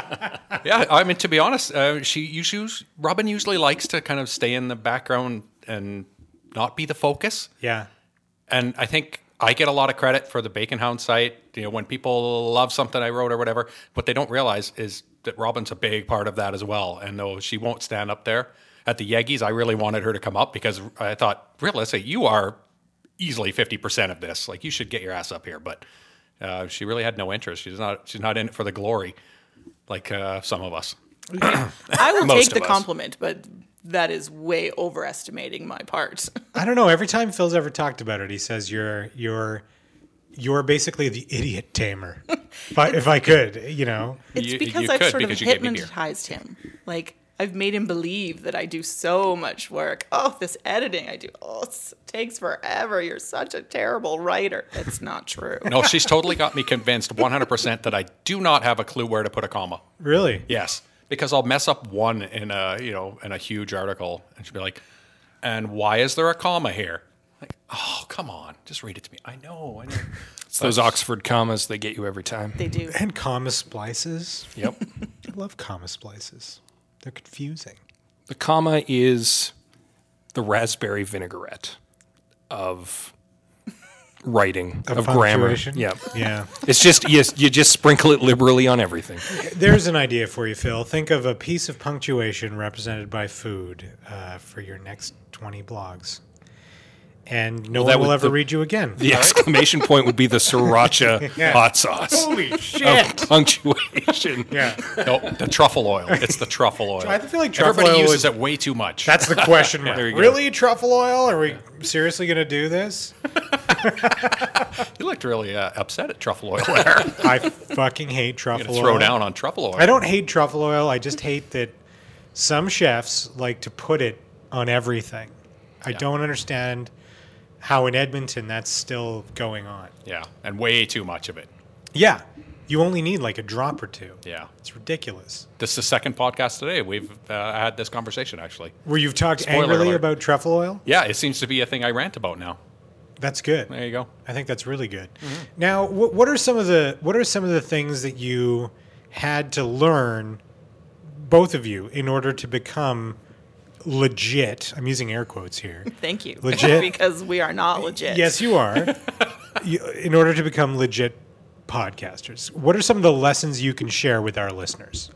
yeah, I mean, to be honest, uh, she usually Robin usually likes to kind of stay in the background and not be the focus. yeah. And I think I get a lot of credit for the Bacon Hound site. You know, when people love something I wrote or whatever, what they don't realize is that Robin's a big part of that as well. And though she won't stand up there at the Yeggies, I really wanted her to come up because I thought, realistically, you are easily fifty percent of this. Like, you should get your ass up here. But uh, she really had no interest. She's not. She's not in it for the glory, like uh, some of us. I will Most take the of us. compliment, but that is way overestimating my part. *laughs* I don't know. Every time Phil's ever talked about it, he says you're you're you're basically the idiot tamer. if, I, if I could, you know. It's You- because you I've could sort because of you gave me beer. hypnotized him. Like I've made him believe that I do so much work. Oh, this editing I do. Oh, it takes forever. You're such a terrible writer. That's not true. No, she's totally got me convinced one hundred percent that I do not have a clue where to put a comma. Really? Yes, because I'll mess up one in a you know in a huge article, and she'll be like, "And why is there a comma here?" Like, oh come on, just read it to me. I know, I know. It's those Oxford commas they get you every time. They do. And comma splices. Yep. I love comma splices. They're confusing. The comma is the raspberry vinaigrette of writing, of, grammar. punctuation. Yep. Yeah. It's just yes, you just sprinkle it liberally *laughs* on everything. There's an idea for you, Phil. Think of a piece of punctuation represented by food uh, for your next 20 blogs. And no that one will would- ever the- read you *laughs* again. The exclamation point would be *laughs* the sriracha hot *laughs* sauce. Holy of shit. punctuation. Oh, yeah. no, the truffle oil. It's the truffle oil. I feel like truffle Everybody oil uses is- it way too *laughs* much. That's the question mark. you go. really, truffle oil? Are we seriously going to do this? *laughs* You looked really uh, upset at *laughs* truffle oil there. I fucking hate truffle oil. Throw down on truffle oil. I don't hate truffle oil. I just hate that some chefs like to put it on everything. I don't understand how in Edmonton that's still going on. Yeah, and way too much of it. Yeah, you only need like a drop or two. Yeah. It's ridiculous. This is the second podcast today we've uh, had this conversation actually. Where you've talked Spoiler angrily alert. about truffle oil? Yeah, it seems to be a thing I rant about now. That's good. There you go. I think that's really good. Mm-hmm. Now, what, what are some of the what are some of the things that you had to learn, both of you, in order to become legit? I'm using air quotes here. Thank you. Legit? *laughs* because we are not legit. yes, you *laughs* are. you, in order to become legit podcasters, what are some of the lessons you can share with our listeners?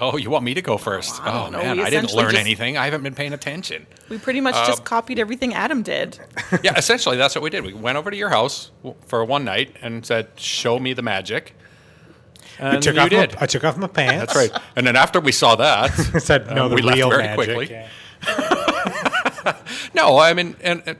Oh, you want me to go first? I don't oh know. man, We I didn't essentially learn just- anything. I haven't been paying attention. We pretty much Um, just copied everything Adam did. yeah, essentially that's what we did. We went over to your house w- for one night and said, "Show me the magic." I And took you off did. My, I took off my pants. That's right. And then after we saw that, I *laughs* said, no, um, the we left real very magic. quickly. Yeah. No, I mean, and, and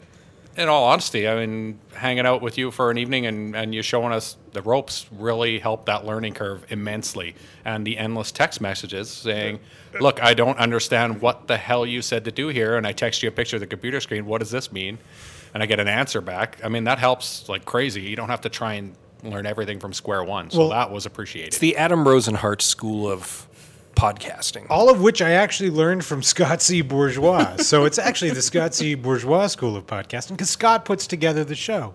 in all honesty, I mean, hanging out with you for an evening and, and you showing us the ropes really helped that learning curve immensely. And the endless text messages saying, "Look, I don't understand what the hell you said to do here," and I text you a picture of the computer screen. What does this mean? And I get an answer back. I mean, that helps like crazy. You don't have to try and learn everything from square one. So Well- that was appreciated. it's the Adam Rosenhart School of Podcasting. All of which I actually learned from Scott C. Bourgeois. so it's actually the Scott C. Bourgeois School of Podcasting because Scott puts together the show.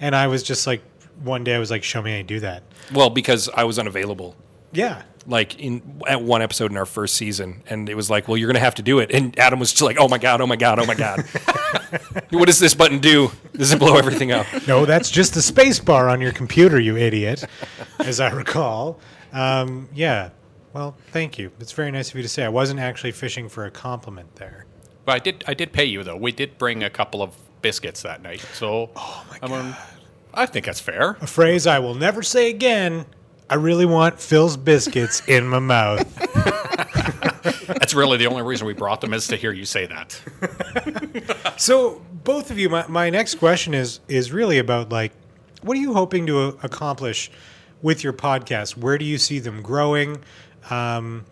And I was just like, one day I was like, show me how you do that. Well, because I was unavailable. Yeah. Like in at one episode in our first season, and it was like, "Well, you're gonna have to do it." And Adam was just like, "Oh my god, oh my god, oh *laughs* my god, what does this button do? Does it blow everything up?" No, that's just the space bar on your computer, you idiot, as I recall. Um, yeah. Well, thank you. It's very nice of you to say. I wasn't actually fishing for a compliment there. But I did I did pay you though. We did bring a couple of biscuits that night. So Oh my god. I, mean, I think that's fair. A phrase I will never say again. I really want Phil's biscuits in my mouth. That's really the only reason we brought them is to hear you say that. So both of you, my, my next question is is really about like, what are you hoping to uh, accomplish with your podcast? Where do you see them growing? Um,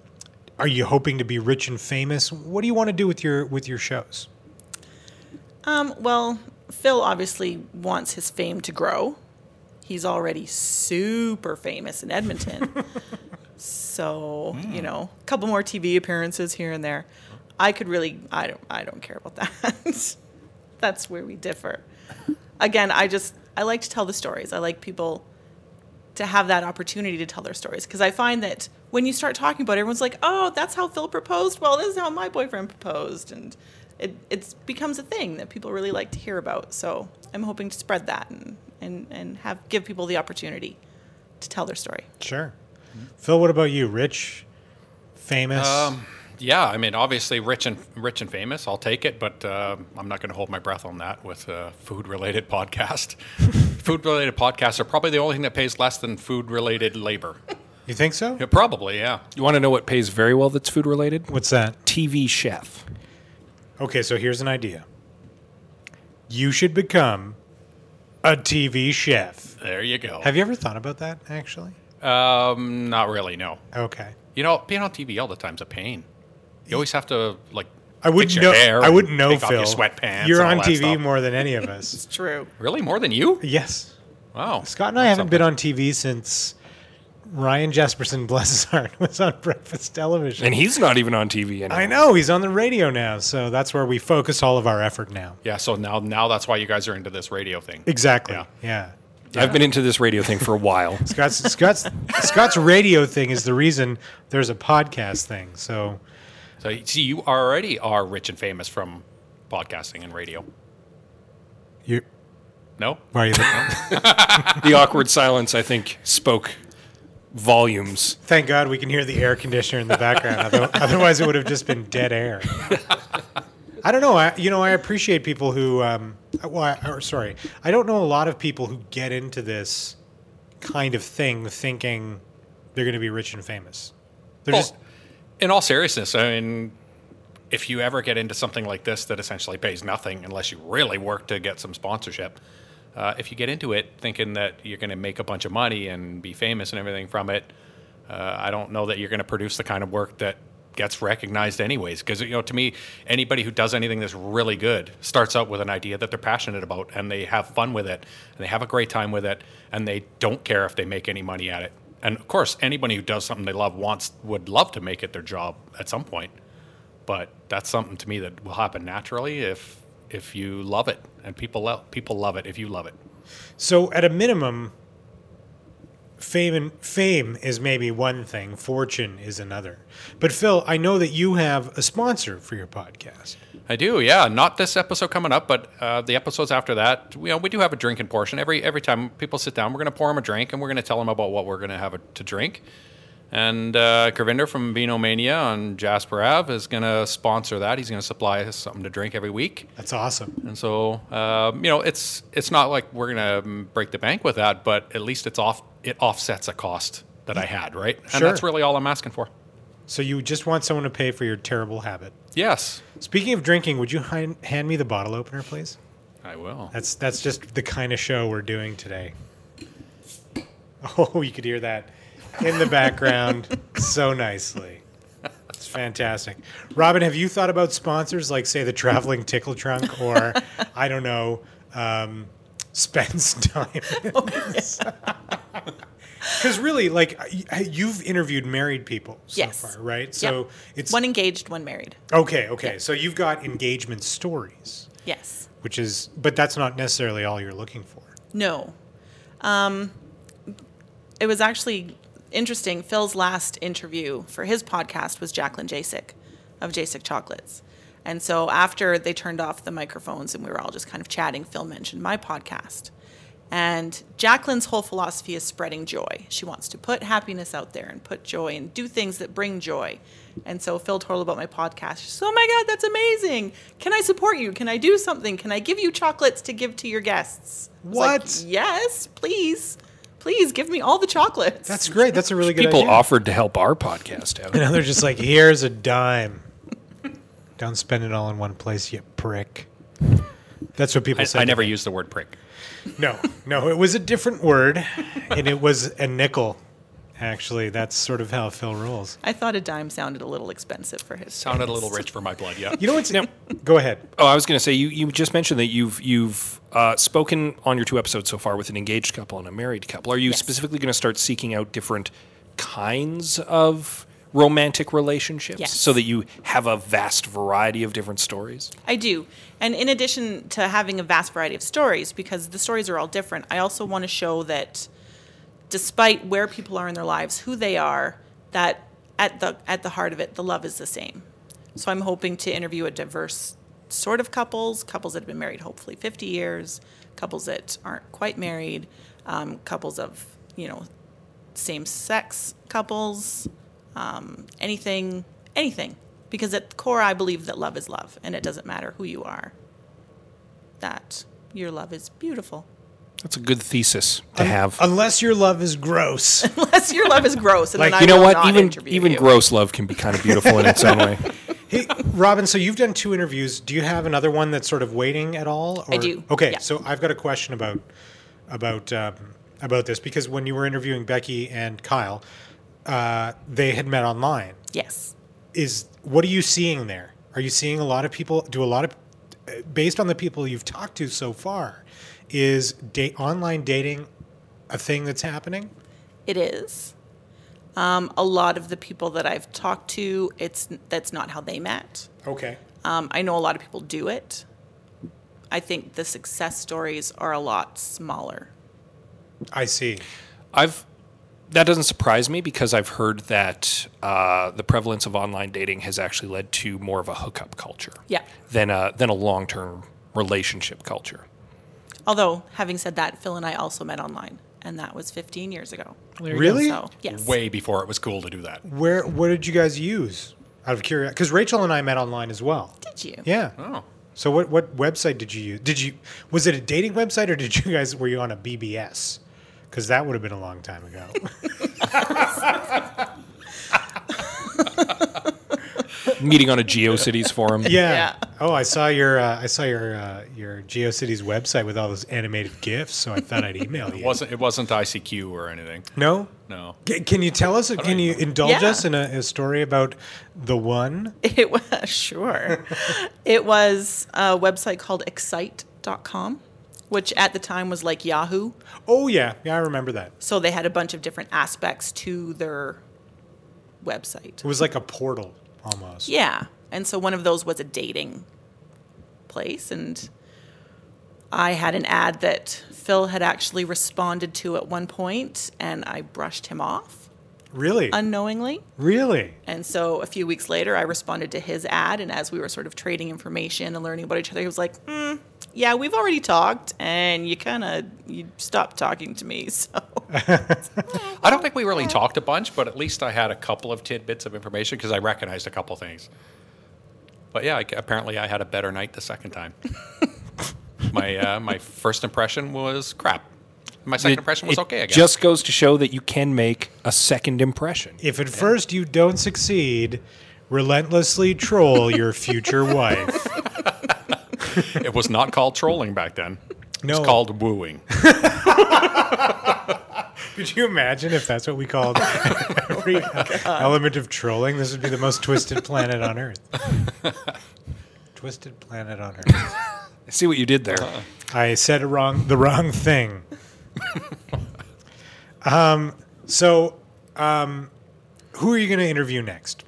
are you hoping to be rich and famous? What do you want to do with your with your shows? Um, well, Phil obviously wants his fame to grow. He's already super famous in Edmonton. so, you know, a couple more TV appearances here and there. I could really I don't I don't care about that. *laughs* That's where we differ. Again, I just I like to tell the stories. I like people to have that opportunity to tell their stories because I find that when you start talking about it, everyone's like, "Oh, that's how Phil proposed." Well, this is how my boyfriend proposed, and it it becomes a thing that people really like to hear about. So I'm hoping to spread that and and and have give people the opportunity to tell their story. Sure, Mm-hmm. Phil. What about you? Rich, famous. Yeah, I mean, obviously, rich and rich and famous. I'll take it, but uh, I'm not going to hold my breath on that with a food-related podcast. *laughs* food-related podcasts are probably the only thing that pays less than food-related labor. you think so? Yeah, probably, yeah. You want to know what pays very well? That's food related. What's that? TV chef. Okay, so here's an idea. You should become a TV chef. There you go. Have you ever thought about that? Actually, um, not really. No. okay. You know, being on TV all the time's a pain. You always have to like. I wouldn't fix your know. hair I and wouldn't know, take Phil. Off your sweatpants. You're and all on that TV stuff. more than any of *laughs* us. It's true. Really, more than you? yes, Wow. Scott and I haven't been on TV since Ryan Jesperson, *laughs* bless his heart, was on breakfast television. And he's not even on TV anymore. I know he's on the radio now, so that's where we focus all of our effort now. Yeah. So now, now that's why you guys are into this radio thing. Exactly. Yeah. Yeah. I've been into this radio thing for a while. Scott's Scott's Scott's radio thing is the reason there's a podcast thing. So So you- see, you already are rich and famous from podcasting and radio. you No. why are you looking? the awkward silence, I think, spoke volumes. Thank God we can hear the air conditioner in the background. Other- Otherwise, it would have just been dead air. I don't know. I, you know, I appreciate people who. Um, well, I, or sorry, I don't know a lot of people who get into this kind of thing thinking they're going to be rich and famous. They're Well, just in all seriousness, I mean, if you ever get into something like this that essentially pays nothing unless you really work to get some sponsorship, uh, if you get into it thinking that you're going to make a bunch of money and be famous and everything from it, uh, I don't know that you're going to produce the kind of work that gets recognized anyways because you know to me anybody who does anything that's really good starts out with an idea that they're passionate about and they have fun with it and they have a great time with it and they don't care if they make any money at it and of course anybody who does something they love wants would love to make it their job at some point but that's something to me that will happen naturally if if you love it and people lo- people love it if you love it So at a minimum, fame and fame is maybe one thing, fortune is another. But Phil, I know that you have a sponsor for your podcast. I do, yeah. Not this episode coming up, but uh, the episodes after that. You know, we do have a drinking portion every every time people sit down. We're going to pour them a drink, and we're going to tell them about what we're going to have to drink. And uh, Kervinder from Vino Mania on Jasper Ave is going to sponsor that. He's going to supply us something to drink every week. That's awesome. And so, um, you know, it's it's not like we're gonna um, break the bank with that, but at least it's off. It offsets a cost that I had, right? And Sure. that's really all I'm asking for. So you just want someone to pay for your terrible habit. Yes, Speaking of drinking, would you hin- hand me the bottle opener, please? I will. That's that's just the kind of show we're doing today. Oh, *laughs* you could hear that in the background so nicely. It's fantastic. Robin, have you thought about sponsors like say the traveling tickle trunk or *laughs* I don't know, um Spence *laughs* *laughs* Diamonds? *laughs* Because really, like y- you've interviewed married people so Yes. far, right? So Yep. it's one engaged, one married. okay, okay. So you've got engagement stories, Yes. which is, but that's not necessarily all you're looking for. No. Um, it was actually interesting. Phil's last interview for his podcast was Jacqueline Jacek of Jacek Chocolates. And so after they turned off the microphones and we were all just kind of chatting, Phil mentioned my podcast. And Jacqueline's whole philosophy is spreading joy. She wants to put happiness out there and put joy and do things that bring joy. And so Phil told her about my podcast. She's, oh my God, that's amazing. Can I support you? Can I do something? Can I give you chocolates to give to your guests? I was like, What? yes, please. Please give me all the chocolates. That's great. That's a really good People idea. offered to help our podcast out. You know, they're just like, here's a dime. Don't spend it all in one place, you prick. That's what people I, say. I never use the word prick. No, no, it was a different word, and it was a nickel. Actually, that's sort of how Phil rolls. I thought a dime sounded a little expensive for his. Sounded a little rich for my blood. *laughs* Yeah. You know what's? Go ahead. Oh, I was going to say you, you just mentioned that you've you've uh, spoken on your two episodes so far with an engaged couple and a married couple. Are you specifically going to start seeking out different kinds of romantic relationships Yes. so that you have a vast variety of different stories? I do. And in addition to having a vast variety of stories, because the stories are all different, I also want to show that despite where people are in their lives, who they are, that at the at the heart of it, the love is the same. So I'm hoping to interview a diverse sort of couples, couples that have been married hopefully 50 years, couples that aren't quite married, um, couples of you know same sex couples, um, anything, anything. Because at the core, I believe that love is love, and it doesn't matter who you are. That your love is beautiful. *laughs* That's a good thesis to have. Unless your love is gross. Unless your love is gross, and Like, then I you know will what? not Even interview even you. gross love can be kind of beautiful in its *laughs* own way. hey, Robin. So you've done two interviews. Do you have another one that's sort of waiting at all? Or? do, Okay, yeah. so I've got a question about about um, about this because when you were interviewing Becky and Kyle, uh, they had met online. Yes. Is what are you seeing there? Are you seeing a lot of people? Do a lot of uh, based on the people you've talked to so far, is date online dating a thing that's happening? It is. Um, a lot of the people that I've talked to, it's that's not how they met. Okay. Um, I know a lot of people do it. I think the success stories are a lot smaller. I see. I've that doesn't surprise me because I've heard that uh, the prevalence of online dating has actually led to more of a hookup culture, Yeah. than a than a long term relationship culture. Although, having said that, Phil and I also met online, and that was 15 years ago. Really? So, yes. Way before it was cool to do that. Where what did you guys use? Out of curiosity, because Rachel and I met online as well. Did you? Yeah. Oh, So what what website did you use? Did you was it a dating website or did you guys were you on a BBS? Because that would have been a long time ago. meeting on a GeoCities forum. Yeah. Yeah. Oh, I saw your uh, I saw your uh, your GeoCities website with all those animated gifs, so I thought I'd email you. wasn't *laughs* it wasn't ICQ or anything? no. No. C- can you tell us? Can you indulge Yeah. us in a, a story about the one? It was *laughs* sure. it was a website called excite.com, which at the time was like Yahoo. Oh yeah, yeah, I remember that. So they had a bunch of different aspects to their website. It was like a portal almost. Yeah. And so one of those was a dating place and I had an ad that Phil had actually responded to at one point and I brushed him off Really, unknowingly. really. And so a few weeks later, I responded to his ad. And as we were sort of trading information and learning about each other, he was like, mm, Yeah, we've already talked. And you kind of you stopped talking to me. *laughs* So I don't think we really talked a bunch, but at least I had a couple of tidbits of information because I recognized a couple things. But yeah, I, apparently I had a better night the *laughs* second time. my uh, my first impression was crap. My second impression was It okay. I guess. just goes to show that you can make a second impression. If at first you don't succeed, relentlessly troll your *laughs* future wife. it was not called trolling *laughs* back then. No. It's *laughs* called wooing. Could you imagine if that's what we *laughs* called every element of trolling? This would be the most twisted planet on *laughs* Earth. twisted planet on Earth. Uh-uh. I see what you did there. I said a wrong, the wrong thing. *laughs* um, so, um, who are you going to interview next?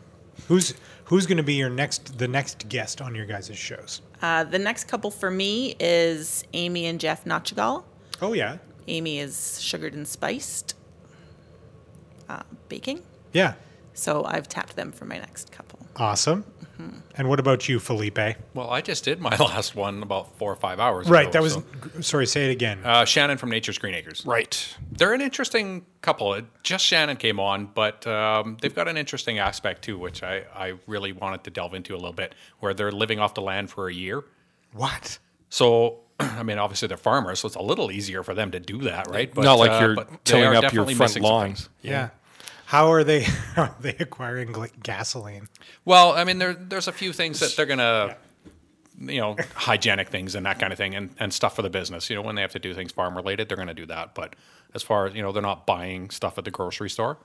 Who's who's going to be your next the next guest on your guys' shows? uh, the next couple for me is Amy and Jeff Nachigal. Oh yeah, Amy is sugared and spiced uh, baking. yeah, So I've tapped them for my next couple. awesome. And what about you, Felipe? Well, I just did my *laughs* last one about four or five hours ago. Right, that was. so- g- Sorry, say it again. uh, Shannon from Nature's Green Acres. Right. They're an interesting couple. It- Just Shannon came on, but um, they've got an interesting aspect too, which I, I really wanted to delve into a little bit, where they're living off the land for a year. what? So, *clears throat* I mean, obviously they're farmers, so it's a little easier for them to do that, right? But, Not like uh, you're but they tilling are up your definitely front missing some lawn. things. Yeah. How are they? *laughs* How are they acquiring gl- gasoline? Well, I mean, there, there's a few things that they're gonna, you know, hygienic things and that kind of thing, and, and stuff for the business. You know, when they have to do things farm related, they're gonna do that. But as far as you know, they're not buying stuff at the grocery store.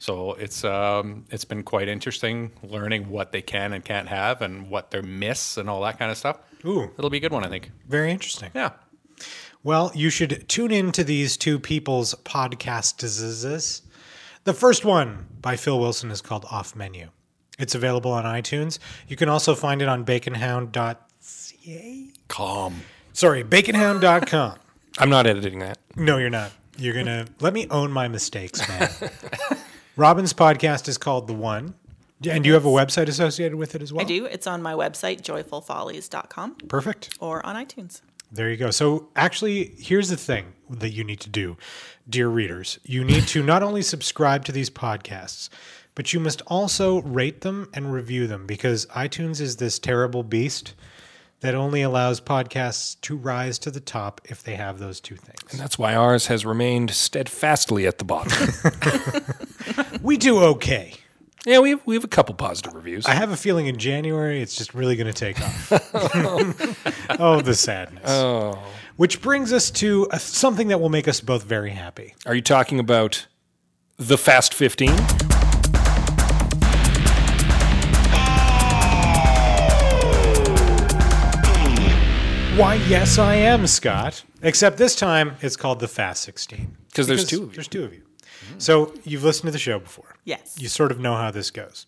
So it's um, it's been quite interesting learning what they can and can't have, and what they miss, and all that kind of stuff. Ooh. it'll be a good one, I think. Very interesting. Yeah, Well, you should tune in to these two people's podcasts. The first one by Phil Wilson is called Off Menu. It's available on iTunes. You can also find it on baconhound.ca. calm. Sorry, baconhound.com. I'm not editing that. No, you're not. You're going to let me own my mistakes, man. *laughs* Robin's podcast is called The One. And you have a website associated with it as well? I do. It's on my website, joyfulfollies.com Perfect. or on iTunes. There you go. So, actually, here's the thing that you need to do, dear readers. You need to not only subscribe to these podcasts, but you must also rate them and review them because iTunes is this terrible beast that only allows podcasts to rise to the top if they have those two things. That's why ours has remained steadfastly at the *laughs* bottom. We do okay. yeah, we have, we have a couple positive reviews. I have a feeling in January it's just really going to take off. *laughs* oh, the sadness. Oh. Which brings us to uh, something that will make us both very happy. Are you talking about the Fast 15? Why, yes, I am, Scott. Except this time it's called the Fast 16. Because there's two of you. There's two of you. So you've listened to the show before. Yes. You sort of know how this goes.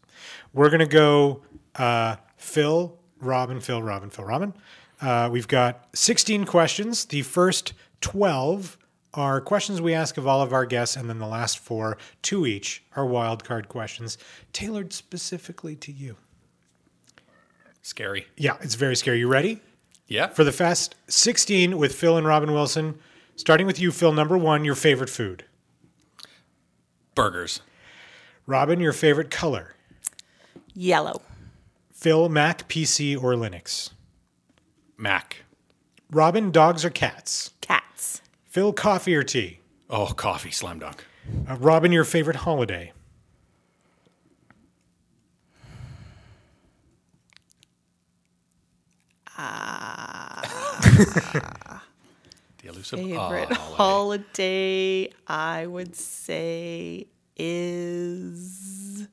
We're going to go uh, Phil, Robin, Phil, Robin, Phil, Robin. Uh, we've got 16 questions. The first 12 are questions we ask of all of our guests, and then the last four, two each, are wild card questions tailored specifically to you. Scary. Yeah, it's very scary. You ready? Yeah. for the Fast 16 with Phil and Robin Wilson. Starting with you, Phil, number one, your favorite food. burgers. Robin, your favorite color. Yellow. Phil, Mac, PC, or Linux. Mac. Robin, dogs or cats? Cats. Phil, coffee or tea? Oh, coffee. Slam dunk. Uh, Robin, your favorite holiday. The elusive Ah. Favorite holiday. holiday, I would say, is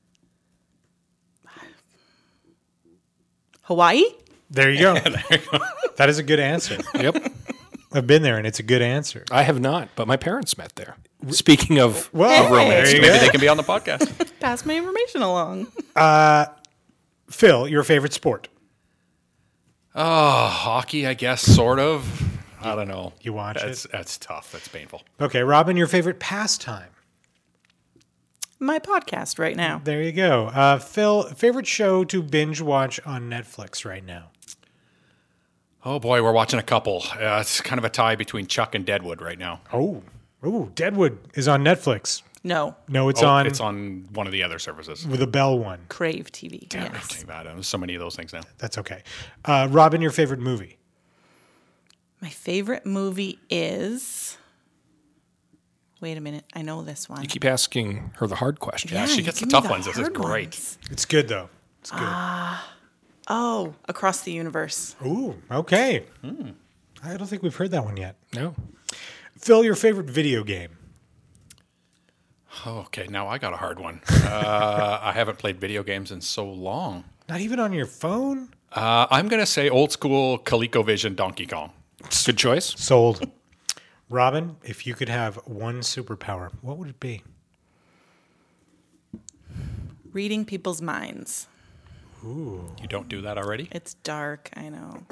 Hawaii. *laughs* There you go. that is a good answer. Yep. I've been there and it's a good answer. I have not, but my parents met there. Speaking of Well, romance, there you Maybe go. they can be on the podcast. Pass my information along. *laughs* Phil, your favorite sport. Oh, hockey, I guess, sort of. I don't know. You watch that's, it? That's tough. That's painful. Okay, Robin, your favorite pastime. My podcast right now. There you go. Uh, Phil, favorite show to binge watch on Netflix right now. Oh boy, we're watching a couple. Uh, it's kind of a tie between Chuck and Deadwood right now. Oh, oh, Deadwood is on Netflix. No, No, it's Oh, on It's on one of the other services. with a bell one. Crave TV. yes. Too bad. There's so many of those things now. That's okay. Uh, Robin, your favorite movie. My favorite movie is. Wait a minute. I know this one. you keep asking her the hard question. Yeah, she you gets the give me tough ones. This is hard great. ones. It's good though. It's good. Oh, Across the Universe. Ooh, okay. Hmm. I don't think we've heard that one yet. No. Phil, your favorite video game. Oh, okay, now I got a hard one. Uh, *laughs* I haven't played video games in so long. Not even on your phone. Uh, I'm going to say old school ColecoVision Donkey Kong. Good choice. Sold. *laughs* Robin, if you could have one superpower, what would it be? *laughs* Reading people's minds. You don't do that already? It's dark. I know.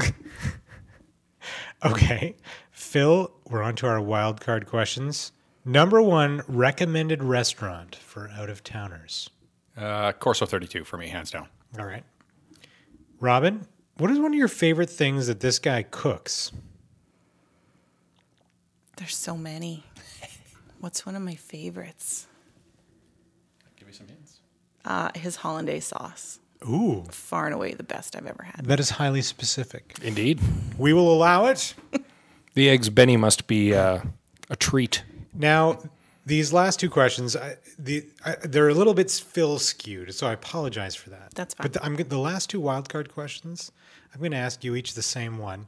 Okay. Phil, we're on to our wild card questions. Number one recommended restaurant for out of towners. Uh, Corso 32 for me, hands down. All right. Robin, what is one of your favorite things that this guy cooks? There's so many. What's one of my favorites? Give me some hints. Uh, his hollandaise sauce. Ooh, Far and away the best I've ever had. that is highly specific. Indeed. We will allow it. The eggs Benny must be uh, a treat. Now, these last two questions, I, the I, they're a little bit Phil skewed, so I apologize for that. That's fine. But the, I'm g- the last two wildcard questions. I'm going to ask you each the same one,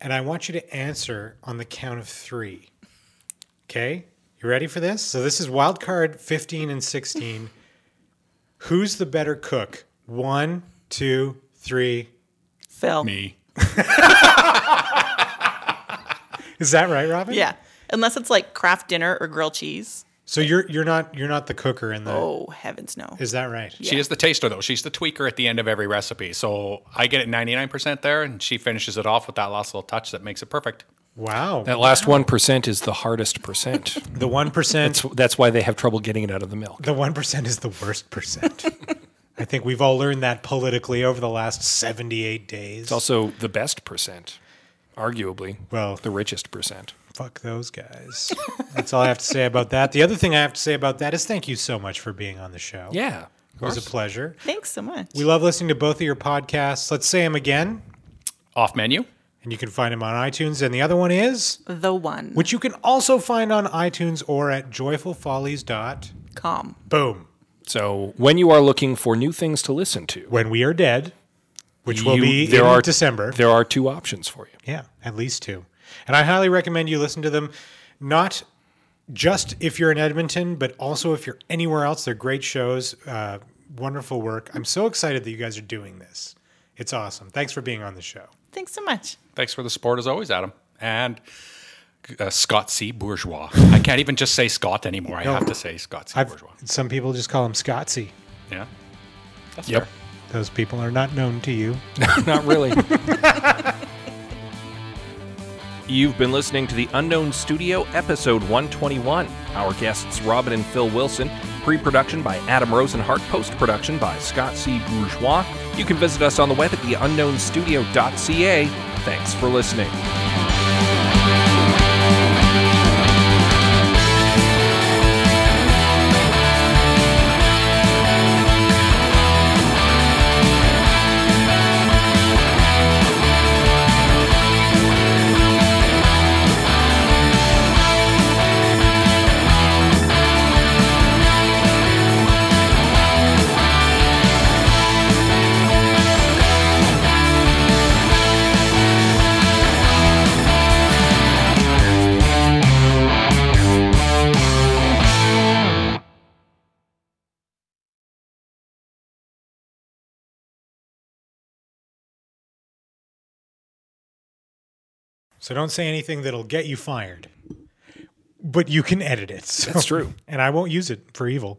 and I want you to answer on the count of three. Okay, you ready for this? So this is wildcard 15 and 16. Who's the better cook? One, two, three. Phil. Me. Is that right, Robin? Yeah. Unless it's like craft dinner or grilled cheese. So you're you're not you're not the cooker in the. Oh, heavens no. Is that right? She Yeah. is the taster, though. She's the tweaker at the end of every recipe. So I get it 99% there, and she finishes it off with that last little touch that makes it perfect. Wow. That last 1% is the hardest percent. the one percent. So *laughs* that's why they have trouble getting it out of the milk. The one percent is the worst percent. I think we've all learned that politically over the last seventy-eight days. Also, the best percent, arguably. Well- the richest percent. Fuck those guys. That's all I have to say about that. The other thing I have to say about that is thank you so much for being on the show. Yeah. it was a pleasure. Thanks so much. We love listening to both of your podcasts. Let's say them again, Off menu. and you can find them on iTunes. And the other one is, the one. which you can also find on iTunes or at joyfulfollies. Calm. Boom. So, when you are looking for new things to listen to, When we are dead, which will you- be there in are December. There are two options for you. Yeah, at least two. And I highly recommend you listen to them, not just if you're in Edmonton, but also if you're anywhere else. They're great shows, uh, wonderful work. I'm so excited that you guys are doing this. It's awesome. Thanks for being on the show. Thanks so much. Thanks for the support, as always, Adam. And uh, Scott C. Bourgeois. I can't even just say Scott anymore. I have to say Scott C. I've, Bourgeois. some people just call him Scotsy. Yeah. That's Yep. fair. Those people are not known to you. *laughs* Not really. You've been listening to The Unknown Studio, episode 121. Our guests, Robin and Phil Wilson. Pre production by Adam Rosenhart, post production by Scott C. Bourgeois. You can visit us on the web at theunknownstudio.ca. Thanks for listening. So don't say anything that'll get you fired. But you can edit it. so- That's true. *laughs* And I won't use it for evil.